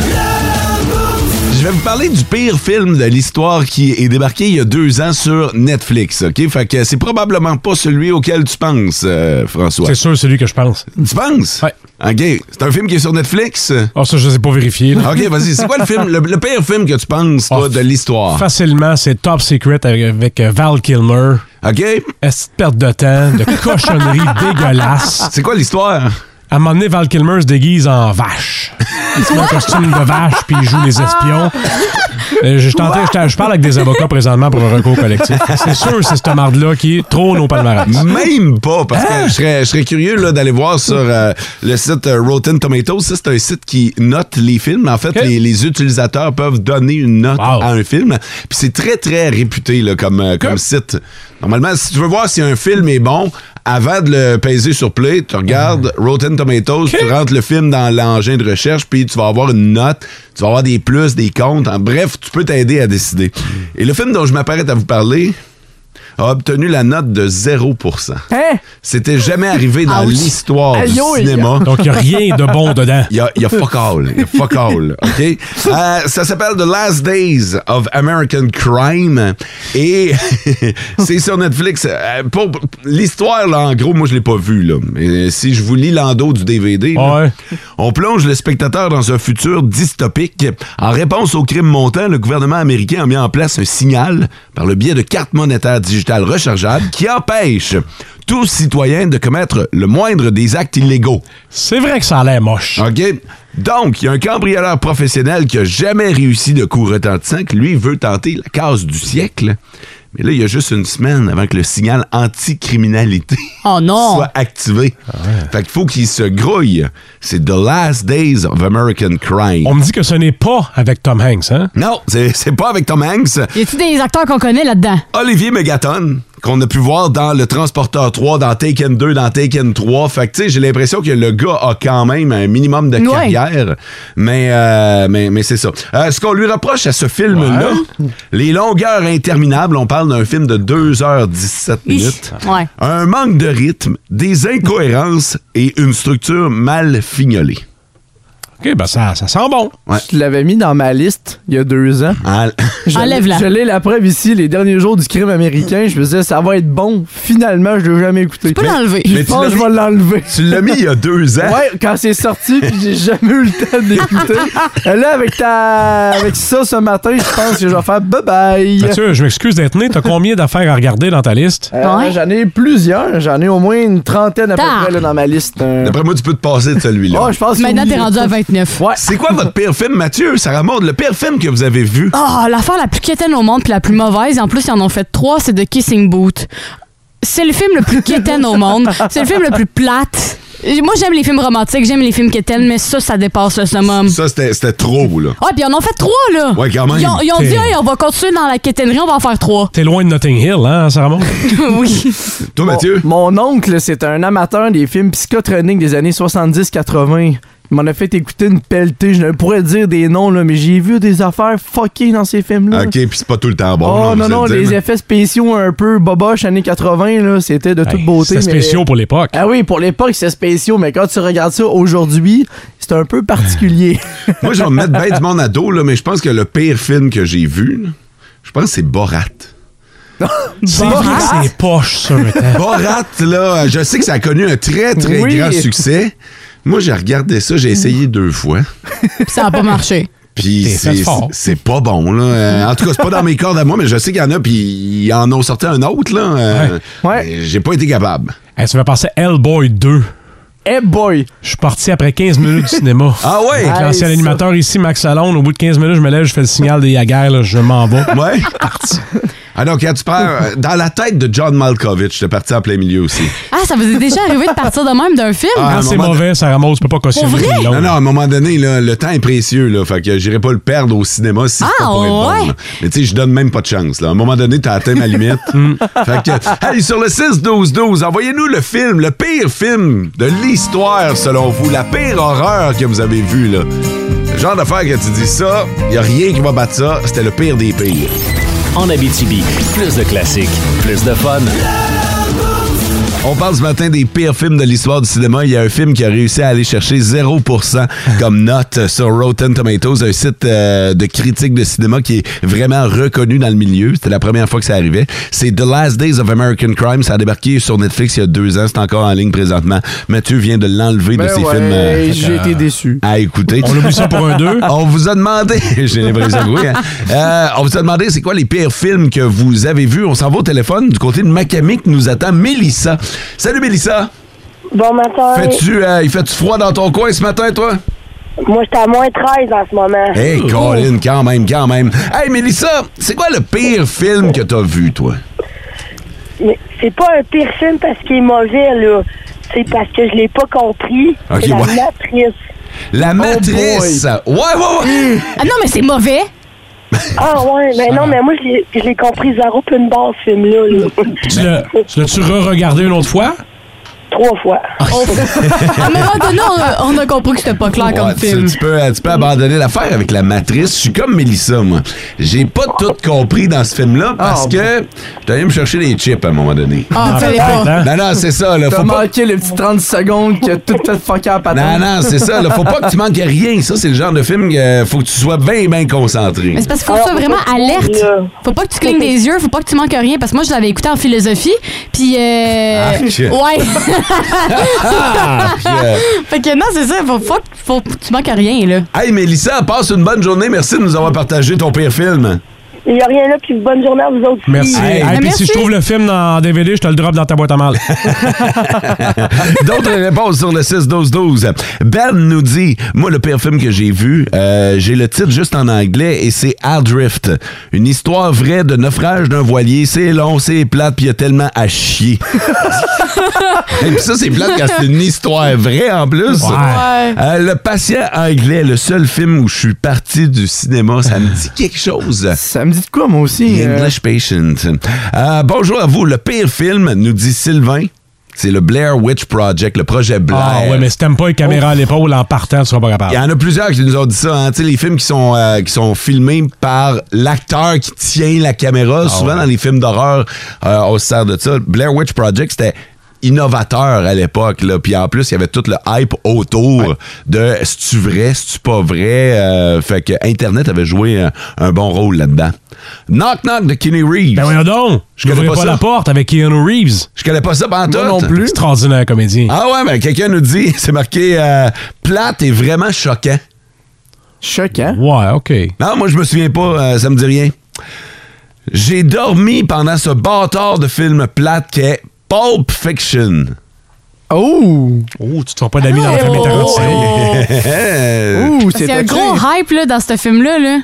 Je vais vous parler du pire film de l'histoire qui est débarqué il y a deux ans sur Netflix. OK? Fait que c'est probablement pas celui auquel tu penses, euh, François. C'est sûr, c'est lui que je pense. Tu penses? Ouais. OK. C'est un film qui est sur Netflix? Ah, ça, je sais pas vérifier. là. Oh, OK, vas-y. C'est quoi le film, le, le pire film que tu penses, toi, de l'histoire? Facilement, c'est Top Secret avec, avec, euh, Val Kilmer. OK. Est-ce perte de temps, de cochonnerie dégueulasse. C'est quoi l'histoire? À un moment donné, Val Kilmer se déguise en vache. Il se met un costume de vache puis il joue les espions. Euh, Je, je tentais- je t'en- je parle avec des avocats présentement pour un recours collectif. C'est sûr, c'est cette marde-là qui est trop nos palmarès. Même pas, parce que je serais, je serais curieux là, d'aller voir sur euh, le site euh, Rotten Tomatoes. Ça, c'est un site qui note les films. En fait, les, les utilisateurs peuvent donner une note à un film. Puis c'est très, très réputé là, comme, euh, comme site. Normalement, si tu veux voir si un film est bon, avant de le peser sur Play, tu regardes Rotten Tomatoes, tu rentres le film dans l'engin de recherche, puis tu vas avoir une note, tu vas avoir des plus, des comptes. En bref, tu peux t'aider à décider. Et le film dont je m'apprête à vous parler, a obtenu la note de 0 C'était jamais arrivé dans Hein? Ouch. l'histoire du Aïe, aïe. cinéma. Donc, il y a rien de bon dedans. Il y a, il y a fuck all. Il y a fuck all. OK? Euh, ça s'appelle The Last Days of American Crime. Et c'est sur Netflix. Euh, pour- pour- L'histoire, là, en gros, moi, je l'ai pas vue. Là. Mais si je vous lis l'endo du DVD, là, on plonge le spectateur dans un futur dystopique. En réponse au crime montant, le gouvernement américain a mis en place un signal par le biais de cartes monétaires digitales rechargeables qui empêche tout citoyen de commettre le moindre des actes illégaux. C'est vrai que ça a l'air moche. OK? Donc, il y a un cambrioleur professionnel qui a jamais réussi de coup retentissant, qui lui veut tenter la case du siècle, Mais là, il y a juste une semaine avant que le signal anticriminalité oh soit activé. Ah Fait qu'il faut qu'il se grouille. C'est The Last Days of American Crime. On me dit que ce n'est pas avec Tom Hanks, hein? Non, c'est c'est pas avec Tom Hanks. Y a-tu des acteurs qu'on connaît là-dedans? Olivier Megaton, qu'on a pu voir dans Le Transporteur 3, dans Taken 2, dans Taken 3. Fait que, tu sais, j'ai l'impression que le gars a quand même un minimum de Ouais. carrière. Mais, euh, mais, mais c'est ça. Euh, ce qu'on lui reproche à ce film-là, les longueurs interminables, on parle d'un film de 2h17 minutes. Ouais. Un manque de rythme, des incohérences et une structure mal fignolée. OK, ben ça, ça sent bon. Je l'avais mis dans ma liste il y a deux ans. Ah, Je l'ai- Enlève-la. Je l'ai la preuve ici, les derniers jours du crime américain. Je me disais, ça va être bon. Finalement, je l'ai jamais écouté. Tu peux Mais- l'enlever. mais Je tu pense l'as que je mis- vais l'enlever. Tu l'as mis il y a deux ans. Ouais, quand c'est sorti, puis j'ai jamais eu le temps d'écouter. Et là, avec, ta... avec ça ce matin, je pense que je vais faire bye-bye. Mathieu, je m'excuse d'être né. T'as combien d'affaires à regarder dans ta liste? Euh, J'en ai plusieurs. J'en ai au moins une trentaine à peu près là, dans ma liste. Euh, D'après moi, tu peux te passer de celui-là. Ah, je pense que Maintenant, oui. t'es rendu à 29. C'est quoi votre pire film, Mathieu? Sarah Maud, le pire film que vous avez vu? Ah, l'affaire la plus quétaine au monde puis la plus mauvaise, en plus, ils en ont fait trois, c'est de Kissing Boot. C'est le film le plus quétaine au monde. C'est le film le plus plate. Et Moi, j'aime les films romantiques, j'aime les films quétaines, mais ça, ça dépasse le summum. Ça, c'était c'était trop, là. Ah, puis ils en ont fait trois, là. Ouais, quand même. Ils ont, ils ont dit, T'es- Hey, on va continuer dans la quétainerie, on va en faire trois. T'es loin de Notting Hill, hein, Sarah Maud? oui. Toi, Mathieu? Mon, oncle, c'est un amateur des films psychotroniques des années 70-80. Il m'en a fait écouter une pelletée. Je ne pourrais dire des noms, là, mais j'ai vu des affaires fuckées dans ces Mm. films-là. OK, puis c'est pas tout le temps Ah, bon. oh on va non, se le non, dire, les mais- effets spéciaux un peu boboche années 80, là, c'était de toute beauté. c'était mais- spéciaux pour l'époque. Ah oui, pour l'époque, c'était spéciaux, mais quand tu regardes ça aujourd'hui, c'est un peu particulier. Moi, je vais me mettre bien du monde à dos, là, mais je pense que le pire film que j'ai vu, là, je pense que c'est Borat. C'est vrai que c'est poche, ça, maintenant. Borat, là, je sais que ça a connu un très, très Oui. grand succès. Moi, j'ai regardé ça, j'ai essayé deux fois. Puis ça a pas marché. Puis T'es fait c'est- fort. c'est pas bon, là. Euh, en tout cas, c'est pas dans mes cordes à moi, mais je sais qu'il y en a, puis ils en ont sorti un autre, là. Euh, mais J'ai pas été capable. Hey, ça fait penser à Hellboy 2. Hellboy! Je suis parti après 15 minutes du cinéma. Ah ouais? Avec Hey, l'ancien ça. animateur ici, Max Salon. Au bout de 15 minutes, je me lève, je fais le signal des Yaguerre, là, je m'en vais. Ouais. Ah non, quand tu perds, euh, dans la tête de John Malkovich, t'es parti en plein milieu aussi. Ah, ça vous est déjà arrivé de partir de même d'un film? Ah, à un c'est moment- mauvais, Sarah Maud, tu peux pas cautionner. Pour vrai? les longs. Non, non, à un moment donné, là, le temps est précieux. Là, fait que j'irai pas le perdre au cinéma si c'est Ah, pas pour être bon, ouais? là. Mais tu sais, je donne même pas de chance. Là. À un moment donné, t'as atteint ma limite. Mm. fait que, allez, sur le 6-12-12, envoyez-nous le film, le pire film de l'histoire, selon vous, la pire horreur que vous avez vue. Là. Le genre d'affaire que tu dis ça, y a rien qui va battre ça. C'était le pire des pires. En Abitibi, plus de classiques, plus de fun. On parle ce matin des pires films de l'histoire du cinéma. Il y a un film qui a réussi à aller chercher 0% comme note sur Rotten Tomatoes, un site euh, de critique de cinéma qui est vraiment reconnu dans le milieu. C'était la première fois que ça arrivait. C'est The Last Days of American Crime. Ça a débarqué sur Netflix il y a deux ans. C'est encore en ligne présentement. Mathieu vient de l'enlever de Ben ses ouais, films. euh, j'ai été déçu. À écouter. Mm. On oublie ça pour un deux. Ah, On vous a demandé, j'ai l'impression que oui, hein. Euh, on vous a demandé c'est quoi les pires films que vous avez vus. On s'en va au téléphone du côté de Macamé qui nous attend Mélissa. Salut Mélissa. Bon matin. Fais-tu, euh, il fait-tu froid dans ton coin ce matin, toi? Moi, j'étais à moins 13 en ce moment. Oh. Hey, Colin, quand même, quand même. Hey, Mélissa, c'est quoi le pire film que t'as vu, toi? Mais c'est pas un pire film parce qu'il est mauvais, là. C'est parce que je l'ai pas compris. Ok, C'est la ouais. matrice. Oh, La Matrice. Ouais, ouais, ouais. Ah non, mais c'est mauvais. Ah ouais, mais non, mais moi, je l'ai- je l'ai compris zéro puis une barre, ce film-là. là. Tu l'as- tu l'as-tu re-regardé une autre fois? Ah, Trois fois. À un moment donné, on a, on a compris que c'était pas clair Ouais, comme tu- film. Tu, peux, tu peux abandonner l'affaire avec la matrice. Je suis comme Mélissa, moi. J'ai pas tout compris dans ce film-là parce que j'étais allé me chercher des chips à un moment donné. Ah, fais-les pas. Non, non, c'est ça. Là, T'as faut pas... manqué les petits 30 secondes que tout fait fucker à Non, patate. non, c'est ça. Là, faut pas que tu manques à rien. Ça, c'est le genre de film que faut que tu sois bien, bien concentré. Mais c'est parce qu'il faut que tu sois vraiment euh, alerte. Faut pas que tu clignes des yeux, faut pas que tu manques rien. Parce que moi, je l'avais écouté en philosophie, puis... Euh... Arc. Ah, Ouais. fait que non, c'est ça, faut pas que faut que tu manques rien, là. Hey, Mélissa, passe une bonne journée. Merci de nous avoir partagé ton pire film. Il n'y a rien là, puis bonne journée à vous autres. Merci. filles. Hey, puis si je trouve le film en DVD, je te le drop dans ta boîte à mal. D'autres réponses sur le 6-12-12. Ben nous dit Moi, le pire film que j'ai vu, euh, j'ai le titre juste en anglais et c'est Adrift. Une histoire vraie de naufrage d'un voilier. C'est long, c'est plate, puis il y a tellement à chier. Et puis ça, c'est plate quand c'est une histoire vraie en plus. Ouais. Euh, le patient anglais, le seul film où je suis parti du cinéma, ça me dit quelque chose. Ça me dit de quoi, moi aussi? euh? English Patient. Euh, bonjour à vous. Le pire film, nous dit Sylvain, c'est le Blair Witch Project, le projet Blair. Ah ouais, mais si t'aimes pas une caméra à l'épaule en partant, tu seras pas capable. Il y en a plusieurs qui nous ont dit ça, hein. Tu sais, les films qui sont, euh, qui sont filmés par l'acteur qui tient la caméra. Ah Souvent, dans les films d'horreur, euh, on se sert de ça. Blair Witch Project, c'était innovateur à l'époque. là. Puis en plus, il y avait tout le hype autour de « c'est-tu vrai, c'est-tu pas vrai? Euh, fait que Internet avait joué un, un bon rôle là-dedans. Knock Knock de Kenny Reeves. Ben voyons donc! Je connais N'ouvrez pas, pas ça. la porte avec Keanu Reeves. Je connais pas ça pantoute. Moi non plus. Ah, Extraordinaire comédien. Ah ouais, mais quelqu'un nous dit, c'est marqué euh, plate et vraiment choquant. Choquant? Ouais, OK. Non, moi je me souviens pas, euh, ça me dit rien. J'ai dormi pendant ce bâtard de film plate qu'est Pulp Fiction. Oh! Ah, Oh, tu te feras pas d'amis dans la Oh! famille Tarantino. oh. Parce qu'il y a un gros hype là, dans ce film-là. Là.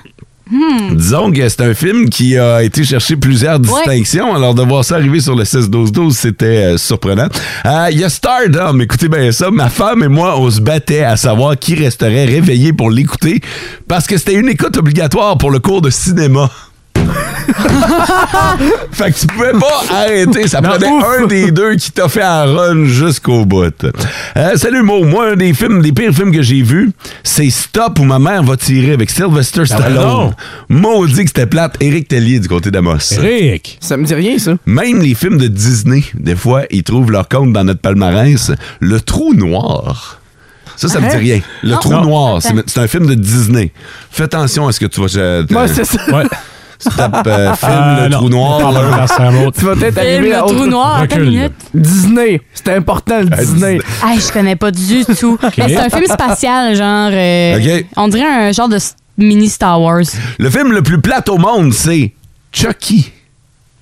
Hmm. Disons que c'est un film qui a été chercher plusieurs distinctions. Alors, de voir ça arriver sur le 16-12-12, c'était euh, surprenant. Euh, Il y a Stardom. Écoutez bien ça. Ma femme et moi, on se battait à savoir qui resterait réveillé pour l'écouter parce que c'était une écoute obligatoire pour le cours de cinéma. fait que tu pouvais pas arrêter. Ça prenait un des deux qui t'a fait un run jusqu'au bout. Euh, salut Mo. Moi, un des films, des pires films que j'ai vus, c'est Stop où ma mère va tirer avec Sylvester Stallone. voyons Maudit que c'était plate. Éric Tellier du côté d'Amos. Eric! Ça me dit rien, ça. Même les films de Disney, des fois, ils trouvent leur compte dans notre palmarès. Le trou noir. Ça, ça me dit Hein? rien. Le Non. trou Non. noir, c'est c'est un film de Disney. Fais attention à ce que tu vas. euh, Ouais, c'est ça. Ouais. Tu tapes euh, film, Euh, le non. trou noir. Parle là. un peu, ça remonte. Tu vas peut-être Film, arriver le à autre- trou noir, attends une Recule. minute. Disney. C'est important, Ah, le Disney. Hey, je connais pas du tout. Ben, c'est un film spatial, genre. euh, Ok. On dirait un genre de s- mini Star Wars. Le film le plus plat au monde, c'est Chucky.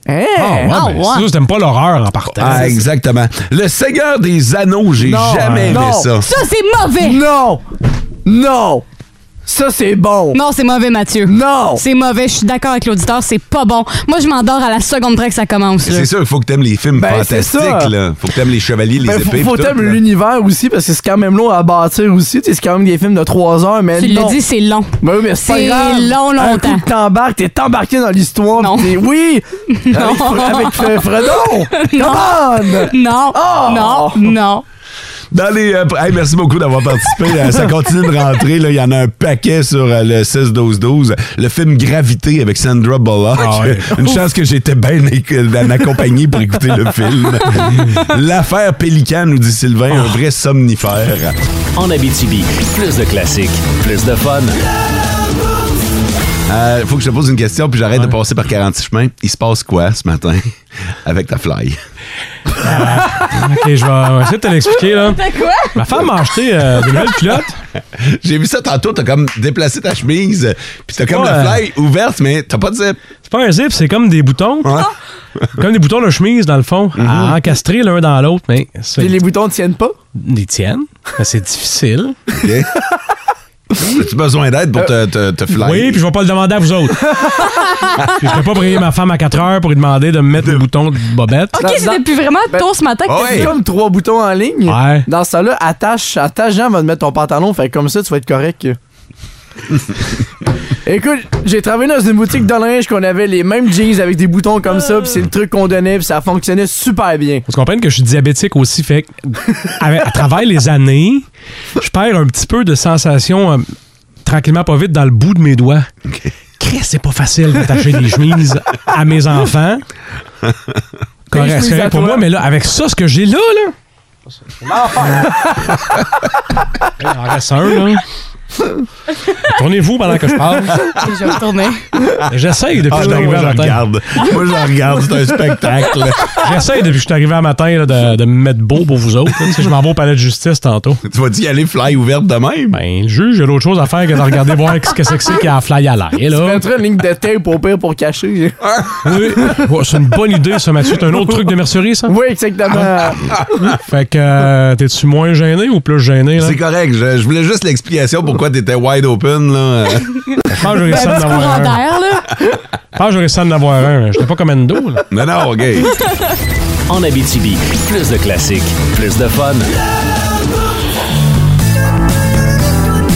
Eh, Ah ouais, ben, c'est sûr, t'aimes pas l'horreur en partant. Ah, exactement. Le Seigneur des Anneaux, j'ai Non, jamais non. aimé ça. Ça, c'est mauvais! Non! Non! Ça, c'est bon! Non, c'est mauvais, Mathieu. Oh. Non! C'est mauvais, je suis d'accord avec l'auditeur, c'est pas bon. Moi, je m'endors à la seconde près que ça commence. là. C'est sûr, il faut que t'aimes les films Ben, c'est fantastiques. ça. Là. Faut que t'aimes les chevaliers, les Ben, faut épées. faut pis tout, t'aimer là. l'univers aussi parce que c'est quand même long à bâtir aussi. Tu sais, C'est quand même des films de 3 heures, mais Tu non. l'as dit, c'est long. Ben oui, mais c'est pas C'est grave. long, Un longtemps. coup que t'embarques, t'es embarqué dans l'histoire. pis t'es- Oui! Avec, Fre- avec Fre- Fredon! Non. Come on! Non, Oh! non, non. Dans les, euh, hey, merci beaucoup d'avoir participé. Euh, ça continue de rentrer. là. Il y en a un paquet sur euh, le 16-12-12. Le film Gravité avec Sandra Bullock. Ah ouais. Une chance que j'étais bien éc- bien accompagné pour écouter le film. L'affaire Pélican, nous dit Sylvain, un vrai somnifère. En Abitibi, plus de classiques, plus de fun. Euh, faut que je te pose une question, puis j'arrête de passer par 46 chemins. Il se passe quoi ce matin avec ta fly? Ok, je vais essayer de te l'expliquer, là. T'as quoi? Ma femme m'a acheté euh, de nouvelles culottes. J'ai vu ça tantôt, t'as comme déplacé ta chemise, puis t'as comme Ouais. la fly ouverte, mais t'as pas de zip. C'est pas un zip, c'est comme des boutons. Comme des boutons de chemise, dans le fond, Mhm. à encastrer l'un dans l'autre. Mais c'est- Puis les boutons ne tiennent pas? Ils tiennent. mais C'est difficile. Euh, As-tu besoin d'aide pour te, te, te fly? Oui, puis je vais pas le demander à vous autres. Puis je peux pas briller ma femme à 4 heures pour lui demander de me mettre le bouton de bobette. Ok, c'est depuis vraiment Ben, tôt ce matin que t'as dit C'est ça. comme trois boutons en ligne. Ouais. Dans ça là, attache, attache Jean va te mettre ton pantalon, fait que comme ça tu vas être correct. Écoute, j'ai travaillé dans une boutique de linge qu'on avait les mêmes jeans avec des boutons comme ça, puis c'est le truc qu'on donnait, puis ça fonctionnait super bien. Faut se comprendre que je suis diabétique aussi, fait que à, à travers les années, je perds un petit peu de sensation euh, tranquillement pas vite dans le bout de mes doigts. Chris, c'est pas facile d'attacher des chemises à mes enfants. Correct, c'est chemises à correct pour toi. moi, mais là, avec ça, ce que j'ai là, là, L'enfer! il en reste un, là. Tournez-vous pendant que je parle. Je vais me tourner. J'essaye depuis Ah que je suis non, arrivé moi, à je matin. regarde. Moi, je regarde, c'est un spectacle. J'essaye depuis que je suis arrivé à matin là, de, de me mettre beau pour vous autres. là. Tu sais, je m'en vais au palais de justice tantôt. Tu vas-tu y aller fly ouverte de même? Ben, le juge, il y a d'autres choses à faire que de regarder voir ce que c'est que c'est qu'il y a à fly à l'air. Tu là. mettrais une ligne de tape au pire pour cacher. Oui. Ouais, c'est une bonne idée, ça, Mathieu. C'est un autre truc de mercerie, ça? Ah. Oui, exactement. Fait que, euh, t'es-tu moins gêné ou plus gêné? Là? C'est correct, je, je voulais juste l'explication pourquoi t'étais wide open, là. Je pense que j'aurais ça d'en avoir un. Je pense que j'aurais ça d'en avoir un. hein. J'étais pas comme Endo. Là. Non, non, OK. En Abitibi, plus de classiques, plus de fun.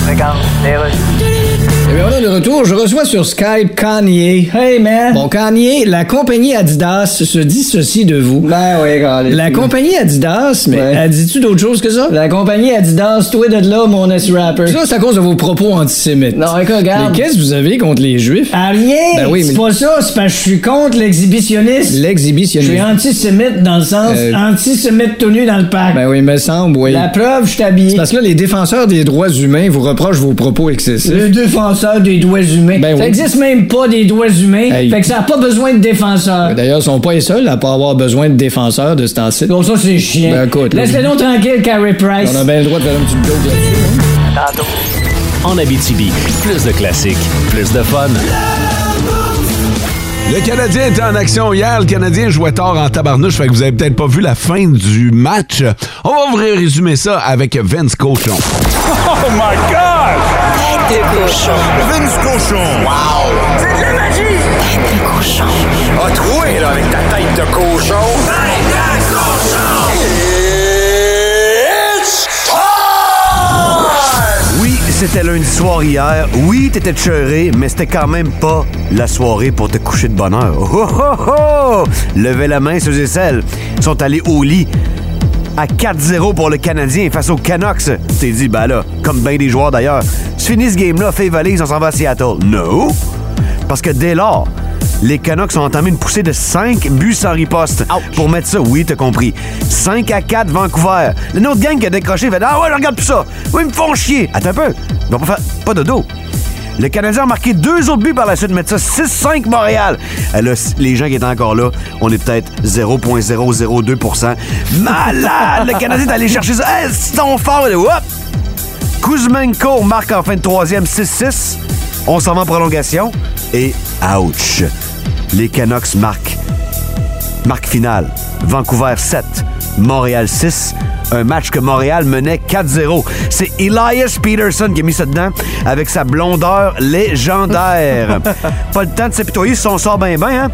Regarde, les rues. Eh bien, on est de retour. Je reçois sur Skype Kanye. Hey, man! Bon, Kanye, la compagnie Adidas se dissocie de vous. Ben oui, La compagnie Adidas, mais elle dit-tu d'autre chose que ça? La compagnie Adidas, toi de là, mon S-rapper. Ça, c'est à cause de vos propos antisémites. Non, écoute, regarde. Mais qu'est-ce que vous avez contre les Juifs? Ah, rien! Ben oui, mais... C'est pas ça, c'est parce que je suis contre l'exhibitionniste. L'exhibitionniste. Je suis antisémite dans le sens Euh, antisémite tout nu dans le parc. Ben oui, me semble, oui. La preuve, je t'habille. C'est parce que là, les défenseurs des droits humains vous reprochent vos propos excessifs. Le défenseur des doigts humains. Ben ça oui. existe même pas des doigts humains. Hey. Fait que ça a pas besoin de défenseur. Ben, D'ailleurs, ils sont pas les seuls à pas avoir besoin de défenseurs de ce temps-ci. Bon, ça, c'est chiant. Ben, écoute. Laisse-le là, donc tranquille, Carrie Price. On a bien le droit de faire un petit joke là-dessus. En Abitibi, plus de classiques, plus de fun. Le Canadien était en action hier. Le Canadien jouait tard en tabarnouche, fait que vous avez peut-être pas vu la fin du match. On va vous résumer ça avec Vince Cochon. Oh my God! Tête de cochon. Vince cochon. Wow! C'est de la magie! Tête de cochon. Ah, troué, là, avec ta tête de cochon. Tête de cochon! It's Oui, c'était lundi soir hier. Oui, t'étais cheuré, mais c'était quand même pas la soirée pour te coucher de bonne heure. Oh, oh, oh! Levez la main, ceux et celles qui sont allés au lit à 4-0 pour le Canadien face aux Canucks. Tu t'es dit, ben là, comme bien des joueurs d'ailleurs, tu finis ce game-là, fais valise, on s'en va à Seattle. No! Parce que dès lors, les Canucks ont entamé une poussée de 5 buts sans riposte. Pour mettre ça, oui, t'as compris. 5 à 4 Vancouver. Le nôtre gang qui a décroché fait Ah ouais, je regarde tout ça. Oui, ils me font chier. Attends un peu. Ils vont pas faire. Pas de dos. Le Canadien a marqué deux autres buts par la suite, mettre ça 6-5 Montréal. Euh, là, c- les gens qui étaient encore là, on est peut-être 0,002 Malade! Le Canadien est allé chercher ça. Hey, c'est ton fort! Hop! Kuzmenko marque en fin de troisième 6-6. On s'en va en prolongation. Et ouch! Les Canucks marquent. Marque finale. Vancouver 7, Montréal 6. Un match que Montréal menait 4-0. C'est Elias Peterson qui a mis ça dedans avec sa blondeur légendaire. Pas le temps de s'épitoyer si on sort bien bien, hein?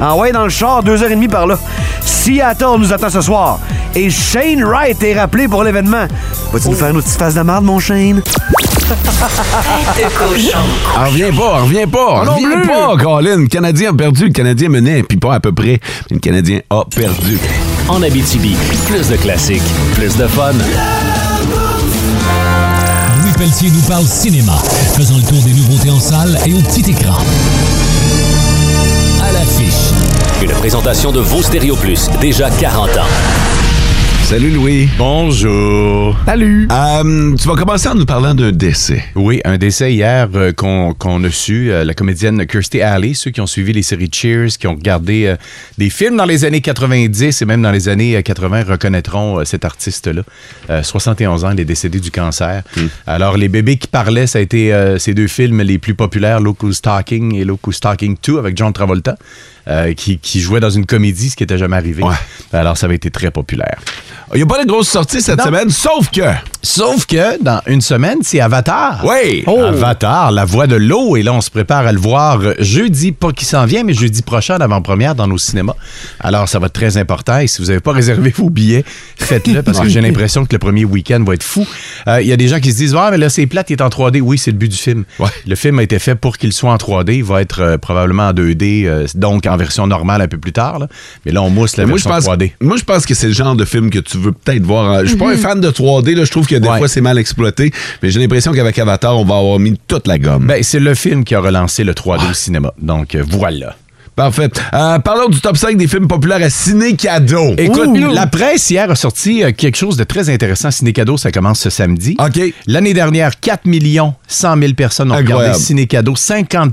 Envoyé dans le char, deux heures et demie par là. Seattle nous attend ce soir. Et Shane Wright est rappelé pour l'événement. Vas-tu nous faire une autre petite face de marde, mon Shane? Tête de cochon. On revient Ah, pas, on revient pas, on revient pas, Colin. Le Canadien a perdu, le Canadien menait, puis pas à peu près. Mais le Canadien a perdu. En Abitibi, plus de classiques, plus de fun. Louis Pelletier nous parle cinéma, faisant le tour des nouveautés en salle et au petit écran. À l'affiche. Une présentation de vos Stéréo Plus, déjà 40 ans. Salut Louis. Bonjour. Salut. Euh, tu vas commencer en nous parlant d'un décès. Oui, un décès hier euh, qu'on qu'on a su, euh, la comédienne Kirstie Alley, ceux qui ont suivi les séries Cheers, qui ont regardé euh, des films dans les années 90 et même dans les années euh, 80 reconnaîtront euh, cet artiste-là. Euh, 71 ans, il est décédé du cancer. Hmm. Alors, Les bébés qui parlaient, ça a été euh, ces deux films les plus populaires, Look Who's Talking et Look Who's Talking 2 avec John Travolta, euh, qui, qui jouait dans une comédie, ce qui n'était jamais arrivé. Alors, ça avait été très populaire. Il n'y a pas de grosse sortie cette semaine, sauf que... Sauf que, dans une semaine, c'est Avatar. Oui! Avatar, la voix de l'eau. Et là, on se prépare à le voir jeudi, pas qui s'en vient, mais jeudi prochain, en avant-première, dans nos cinémas. Alors, ça va être très important. Et si vous n'avez pas réservé vos billets, faites-le, parce que j'ai l'impression que le premier week-end va être fou. Euh, Il y a des gens qui se disent, ah, mais là, c'est plate, il est en 3D. Oui, c'est le but du film. Le film a été fait pour qu'il soit en 3D. Il va être euh, probablement en 2D, euh, donc en version normale un peu plus tard. là. Mais là, on mousse la Mais moi, je version pense, 3D. moi, je pense que c'est le genre de film que tu veux peut-être voir. en- Je suis pas Mhm. un fan de 3D, là. je trouve que des fois c'est mal exploité, mais j'ai l'impression qu'avec Avatar, on va avoir mis toute la gomme. Ben, c'est le film qui a relancé le 3D au cinéma. Donc, euh, voilà. Parfait. Euh, parlons du top 5 des films populaires à ciné-cadeau. Écoute, la presse hier a sorti euh, quelque chose de très intéressant. Ciné Cadeau, ça commence ce samedi. OK. L'année dernière, 4 millions 100 000 personnes ont regardé Incroyable. Ciné Cadeau.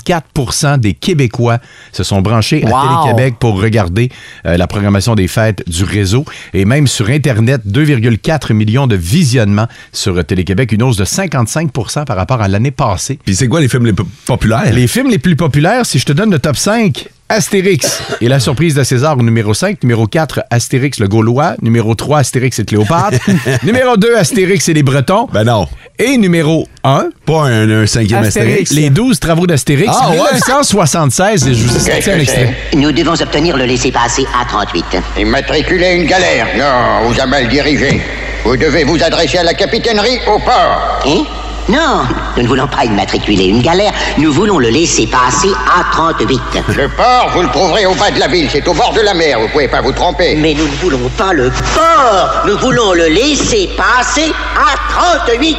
54 des Québécois se sont branchés à Wow. Télé-Québec pour regarder euh, la programmation des fêtes du réseau. Et même sur Internet, 2,4 millions de visionnements sur euh, Télé-Québec, une hausse de 55 par rapport à l'année passée. Puis c'est quoi les films les plus populaires? Les films les plus populaires, si je te donne le top 5, Astérix et la surprise de César au numéro 5, numéro 4, Astérix le Gaulois, numéro 3, Astérix et Cléopâtre, numéro 2, Astérix et les Bretons. Ben non. Et numéro 1, pas un, cinquième Astérix. les 12 travaux d'Astérix, Ah, ouais? 1976, et je vous ai Qu'est-ce sorti un que extrait. c'est? Nous devons obtenir le laissez-passer A38. Immatriculer une galère. Non, vous a mal dirigé. Vous devez vous adresser à la capitainerie au port. Hein? Non, nous ne voulons pas immatriculer une galère, nous voulons le laissez-passer A38. Le port, vous le trouverez au bas de la ville. C'est au bord de la mer. Vous pouvez pas vous tromper. Mais nous ne voulons pas le port, nous voulons le laissez-passer A38.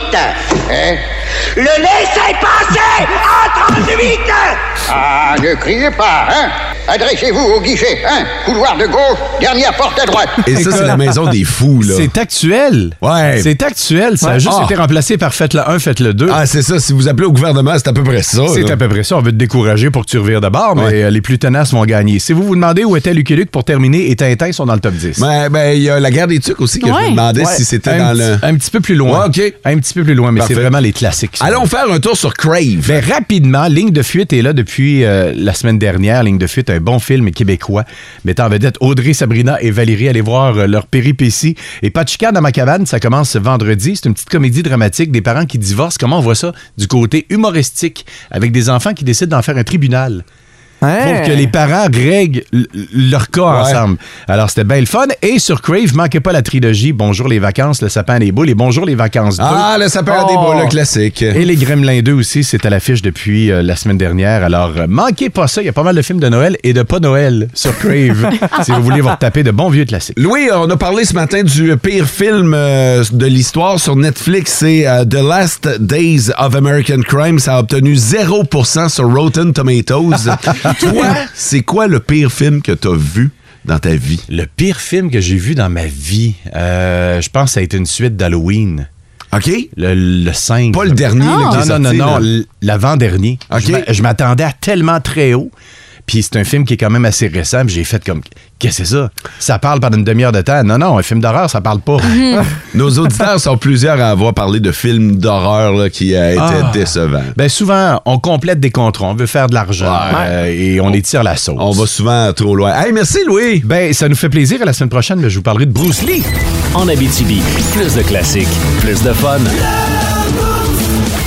Hein? Le laissez-passer A38 Ah, ne criez pas, hein? Adressez-vous au guichet, hein? Couloir de gauche, dernière porte à droite. Et ça, c'est la maison des fous, là. C'est actuel. Ouais. C'est actuel. Ça a Ouais. juste Ah. été remplacé par faites le 1, faites le 2. Ah, c'est ça. Si vous appelez au gouvernement, c'est à peu près ça. C'est là. à peu près ça. On veut te décourager pour que tu revires de bord, mais euh, les plus tenaces vont gagner. Si vous vous demandez où était Lucky Luke pour terminer, et Tintin sont dans le top 10. Ben, ben, il y a la guerre des tucs aussi que je me demandais si c'était Un dans petit- le. Un petit peu plus loin. Ouais, OK. Un petit peu plus loin, mais c'est Parfait. vraiment les classiques. ça. Allons faire un tour sur Crave. Ben, rapidement, Ligne de fuite est là depuis euh, la semaine dernière. Ligne de fuite, un bon film québécois mettant en vedette Audrey, Sabrina et Valérie. Allez voir euh, leur péripétie. Et Pachika dans ma cabane, ça commence ce vendredi. C'est une petite comédie dramatique des parents qui divorcent. Comment on voit ça? Du côté humoristique, avec des enfants qui décident d'en faire un tribunal. Hein? Hein? Pour que les parents règlent l- leur cas ensemble. Alors, c'était bien le fun. Et sur Crave, manquez pas la trilogie Bonjour les vacances, le sapin à des boules et Bonjour les vacances 2. Ah, le Oh, sapin à des boules, le classique. Oh. Et les Gremlins 2 aussi, c'est à l'affiche depuis euh, la semaine dernière. Alors, euh, manquez pas ça. Il y a pas mal de films de Noël et de pas Noël sur Crave. si vous voulez vous retaper de bons vieux classiques. Louis, on a parlé ce matin du pire film euh, de l'histoire sur Netflix. C'est euh, The Last Days of American Crime. Ça a obtenu 0% sur Rotten Tomatoes. Toi, c'est quoi le pire film que t'as vu dans ta vie? Le pire film que j'ai vu dans ma vie, euh, je pense que ça a été une suite d'Halloween. OK. Le, le 5. Pas le dernier, là, qui est non, non, sorti, non, là. non, l'avant-dernier. Je m'a- Je m'attendais à tellement très haut. Puis c'est un film qui est quand même assez récent. puis J'ai fait comme, qu'est-ce que c'est ça? Ça parle pendant une demi-heure de temps. Non, non, un film d'horreur, ça parle pas. Nos auditeurs sont plusieurs à avoir parlé de films d'horreur là, qui euh, étaient Ah. décevants. Ben souvent, on complète des contrats, on veut faire de l'argent euh, et on étire la sauce. On va souvent trop loin. Hey, merci Louis! Ben, ça nous fait plaisir. À la semaine prochaine, ben, je vous parlerai de Bruce Lee. En Abitibi, plus de classiques, plus de fun.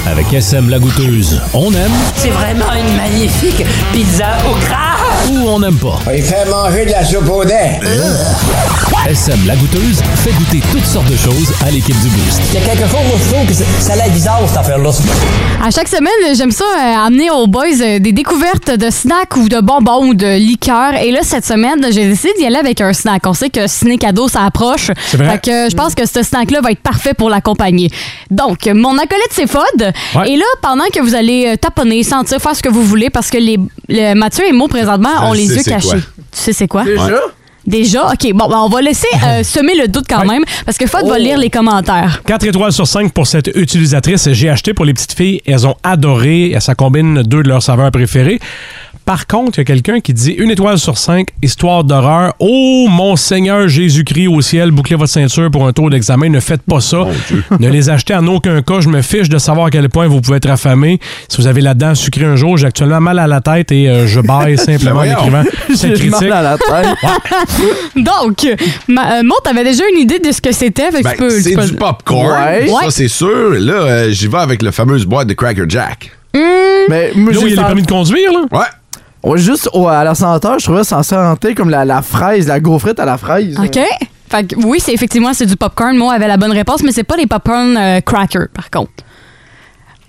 Avec SM la goûteuse, on aime C'est vraiment une magnifique pizza au gras. ou on n'aime pas. Il fait manger de la soupe au SM la goûteuse fait goûter toutes sortes de choses à l'équipe du Boost. Il y a quelque chose où je trouve que c'est- ça a l'air bizarre, cette affaire-là. À chaque semaine, j'aime ça euh, amener aux boys euh, des découvertes de snacks ou de bonbons ou de liqueurs. Et là, cette semaine, j'ai décidé d'y aller avec un snack. On sait que ciné cadeau, ça approche. C'est vrai. Fait que euh, je pense que ce snack-là va être parfait pour l'accompagner. Donc, mon acolyte, c'est Fod. Et là, pendant que vous allez euh, taponner, sentir, faire ce que vous voulez, parce que les, le- Mathieu et moi, présentement, Je ont les sais yeux c'est cachés. quoi. Tu sais c'est quoi? Déjà? Ouais. Déjà? OK. Bon, ben, on va laisser euh, semer le doute quand même, parce que Fod va lire les commentaires. 4 étoiles sur 5 pour cette utilisatrice. J'ai acheté pour les petites filles. Elles ont adoré. Ça combine deux de leurs saveurs préférées. Par contre, il y a quelqu'un qui dit une étoile sur 5, histoire d'horreur. Oh, mon Seigneur Jésus-Christ au ciel, bouclez votre ceinture pour un tour d'examen. Ne faites pas ça. ne les achetez en aucun cas. Je me fiche de savoir à quel point vous pouvez être affamé. Si vous avez la dent sucrée un jour, j'ai actuellement mal à la tête et euh, je baille simplement en Ben Ben Voyons. écrivant cette J'ai critique. mal à la tête. Donc, ma, euh, Maud, t'avais déjà une idée de ce que c'était. fait que Ben, tu peux- tu c'est peux- du popcorn, Ouais. ça c'est sûr. Là, euh, j'y vais avec la fameuse boîte de Cracker Jack. Hmm. Mais moi, Là où il y a les permis de conduire, là? Ouais. Ouais, juste au- à la senteur, je trouvais ça sentait comme la, la fraise, la gaufrette à la fraise. OK. Fait que oui, c'est effectivement c'est du popcorn. Moi, avait la bonne réponse, mais c'est pas les popcorn euh, crackers, par contre.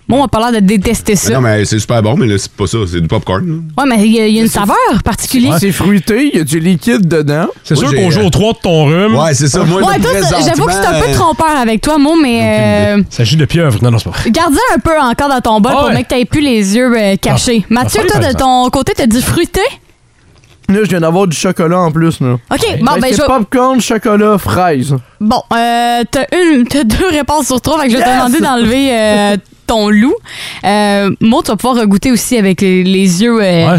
Moi, on a pas l'air de détester Mais ça. Ben non, mais c'est super bon, mais là, c'est pas ça, c'est du popcorn. Ouais, mais il y, a- il y a une saveur particulière. C'est fruité, il y a du liquide dedans. C'est Moi, sûr j'ai, qu'au euh, jour 3 de ton rhume. Ouais, c'est euh, ça. ouais, toi, ça- j'avoue que c'est un euh, peu trompeur avec toi, Mo, mais euh, Il s'agit de pieuvre. Non, non, c'est pas vrai. garde un peu encore dans ton bol Ah pour ouais. bien que t'aies plus les yeux euh, cachés. Ah. Mathieu, Ah, toi, par de exemple. ton côté, t'as dit fruité? Là, je viens d'avoir du chocolat en plus. Là. OK, bon, ben, c'est je vais- popcorn, chocolat, fraise. Bon, euh, t'as une, t'as deux réponses sur trois, fait que je vais te Yes! demander d'enlever euh, ton loup. Euh, Mo, tu vas pouvoir goûter aussi avec les, les yeux euh,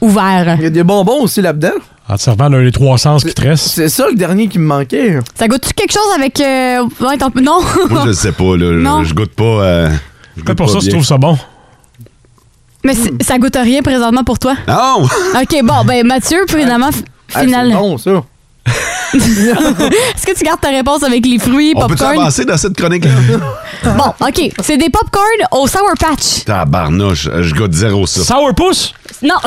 ouverts. Il y a des bonbons aussi là-dedans. En te servant d'un des trois sens qui te reste. C'est ça le dernier qui me manquait. Ça goûte-tu quelque chose avec... euh, ouais, ton- non? Moi, je le sais pas, là. Je- Non. Je goûte pas. euh, je goûte pour pas ça, tu bien. trouves ça bon. Mais c'est- ça goûte à rien présentement pour toi? Non! OK, bon, ben Mathieu, finalement, f- Ah, final. c'est bon, ça. Est-ce que tu gardes ta réponse avec les fruits, On peut popcorn? avancer dans cette chronique-là? Bon, OK. C'est des popcorn au Sour Patch. Tabarnouche, euh, je goûte zéro ça. Sourpuss? Non,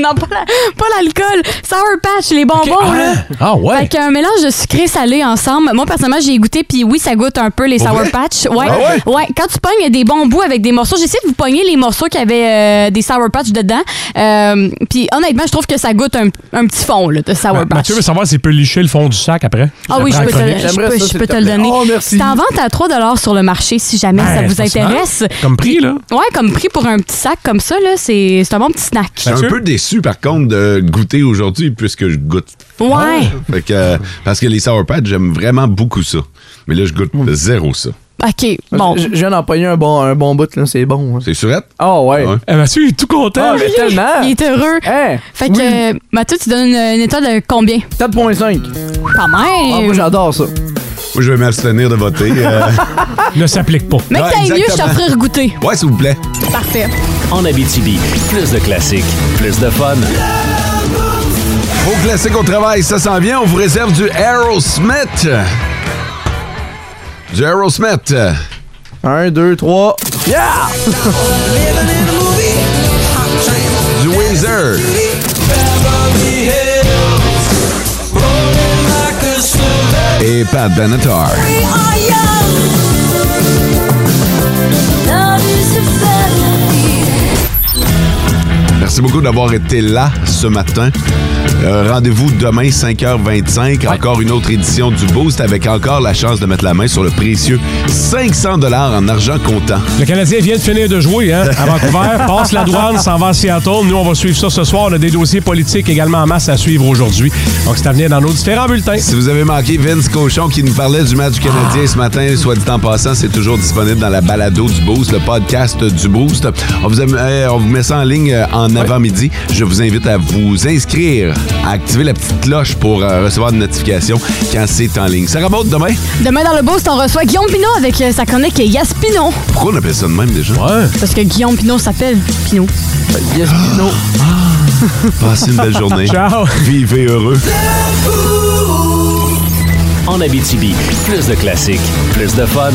non pas la- pas l'alcool. Sour Patch, les bonbons, là. Ah ouais? Fait qu'un mélange de sucré et salé ensemble. Moi, personnellement, j'ai goûté, puis oui, ça goûte un peu les Pour Sour vrai? Patch. Ouais. Ah ouais? Quand tu pognes des bons bouts avec des morceaux, j'essaie de vous pogner les morceaux qui avaient euh, des Sour Patch dedans. Euh, puis honnêtement, je trouve que ça goûte un, un petit fond, là, de Sour Ma- Patch. Mathieu veut savoir s'il peut licher le fond du sac après. Ah oui, je Après peux, te, la Oh, chronique. je peux- je peux te le donner. C'est en vente à 3 sur le marché si jamais Ben, ça vous c'est pas intéresse. ça. Comme prix, là. Ouais, comme prix pour un petit sac comme ça, là, c'est c'est un bon petit snack. Je suis un peu déçu, par contre, de goûter aujourd'hui puisque je goûte. Ouais. Fait que, euh, parce que les Sour Patch, j'aime vraiment beaucoup ça. Mais là, je goûte Mmh. zéro ça. OK, bon. Je je viens d'empoigner un bon, un bon bout, là. C'est bon. hein. C'est surette? Ah ouais. Mathieu, il est tout content. Ah, mais tellement. Hein? Il est heureux. fait que, oui. euh, Mathieu, tu donnes une, une étoile de combien? 4,5. Quand Ah, même. moi, j'adore ça. Moi, je vais m'abstenir de voter. euh. ne s'applique pas. Mais que t'ailles mieux, je t'offrirai goûter. Ouais, s'il vous plaît. Parfait. En Abitibi, plus de classiques, plus de fun. Beau classique au travail, ça s'en vient. On vous réserve du Aerosmith. Du Aerosmith. 1, 2, 3. Yeah! Du Weezer. Et Pat Benatar. Merci beaucoup d'avoir été là ce matin. Euh, Rendez-vous demain 5h25, encore une autre édition du Boost avec encore la chance de mettre la main sur le précieux 500 dollars en argent comptant. Le Canadien vient de finir de jouer hein, à Vancouver, passe la douane, s'en va à Seattle. Nous, on va suivre ça ce soir. On a des dossiers politiques également en masse à suivre aujourd'hui. Donc, c'est à venir dans nos différents bulletins. Ah. Si vous avez manqué Vince Cochon qui nous parlait du match du Canadien ce matin, soit dit en passant, c'est toujours disponible dans la balado du Boost, le podcast du Boost. On vous, aime- euh, on vous met ça en ligne euh, en avant-midi. Je vous invite à vous inscrire, à activer la petite cloche pour euh, recevoir une notification quand c'est en ligne. Ça remonte demain? Demain dans le boost, on reçoit Guillaume Pinot avec euh, sa chronique Yes Pinot. Pourquoi on appelle ça de même déjà? Parce que Guillaume Pinot s'appelle Pinot. Yes Pinot. Ah, Passez une belle journée. Ciao. Vivez heureux. En Abitibi, plus de classiques, plus de fun.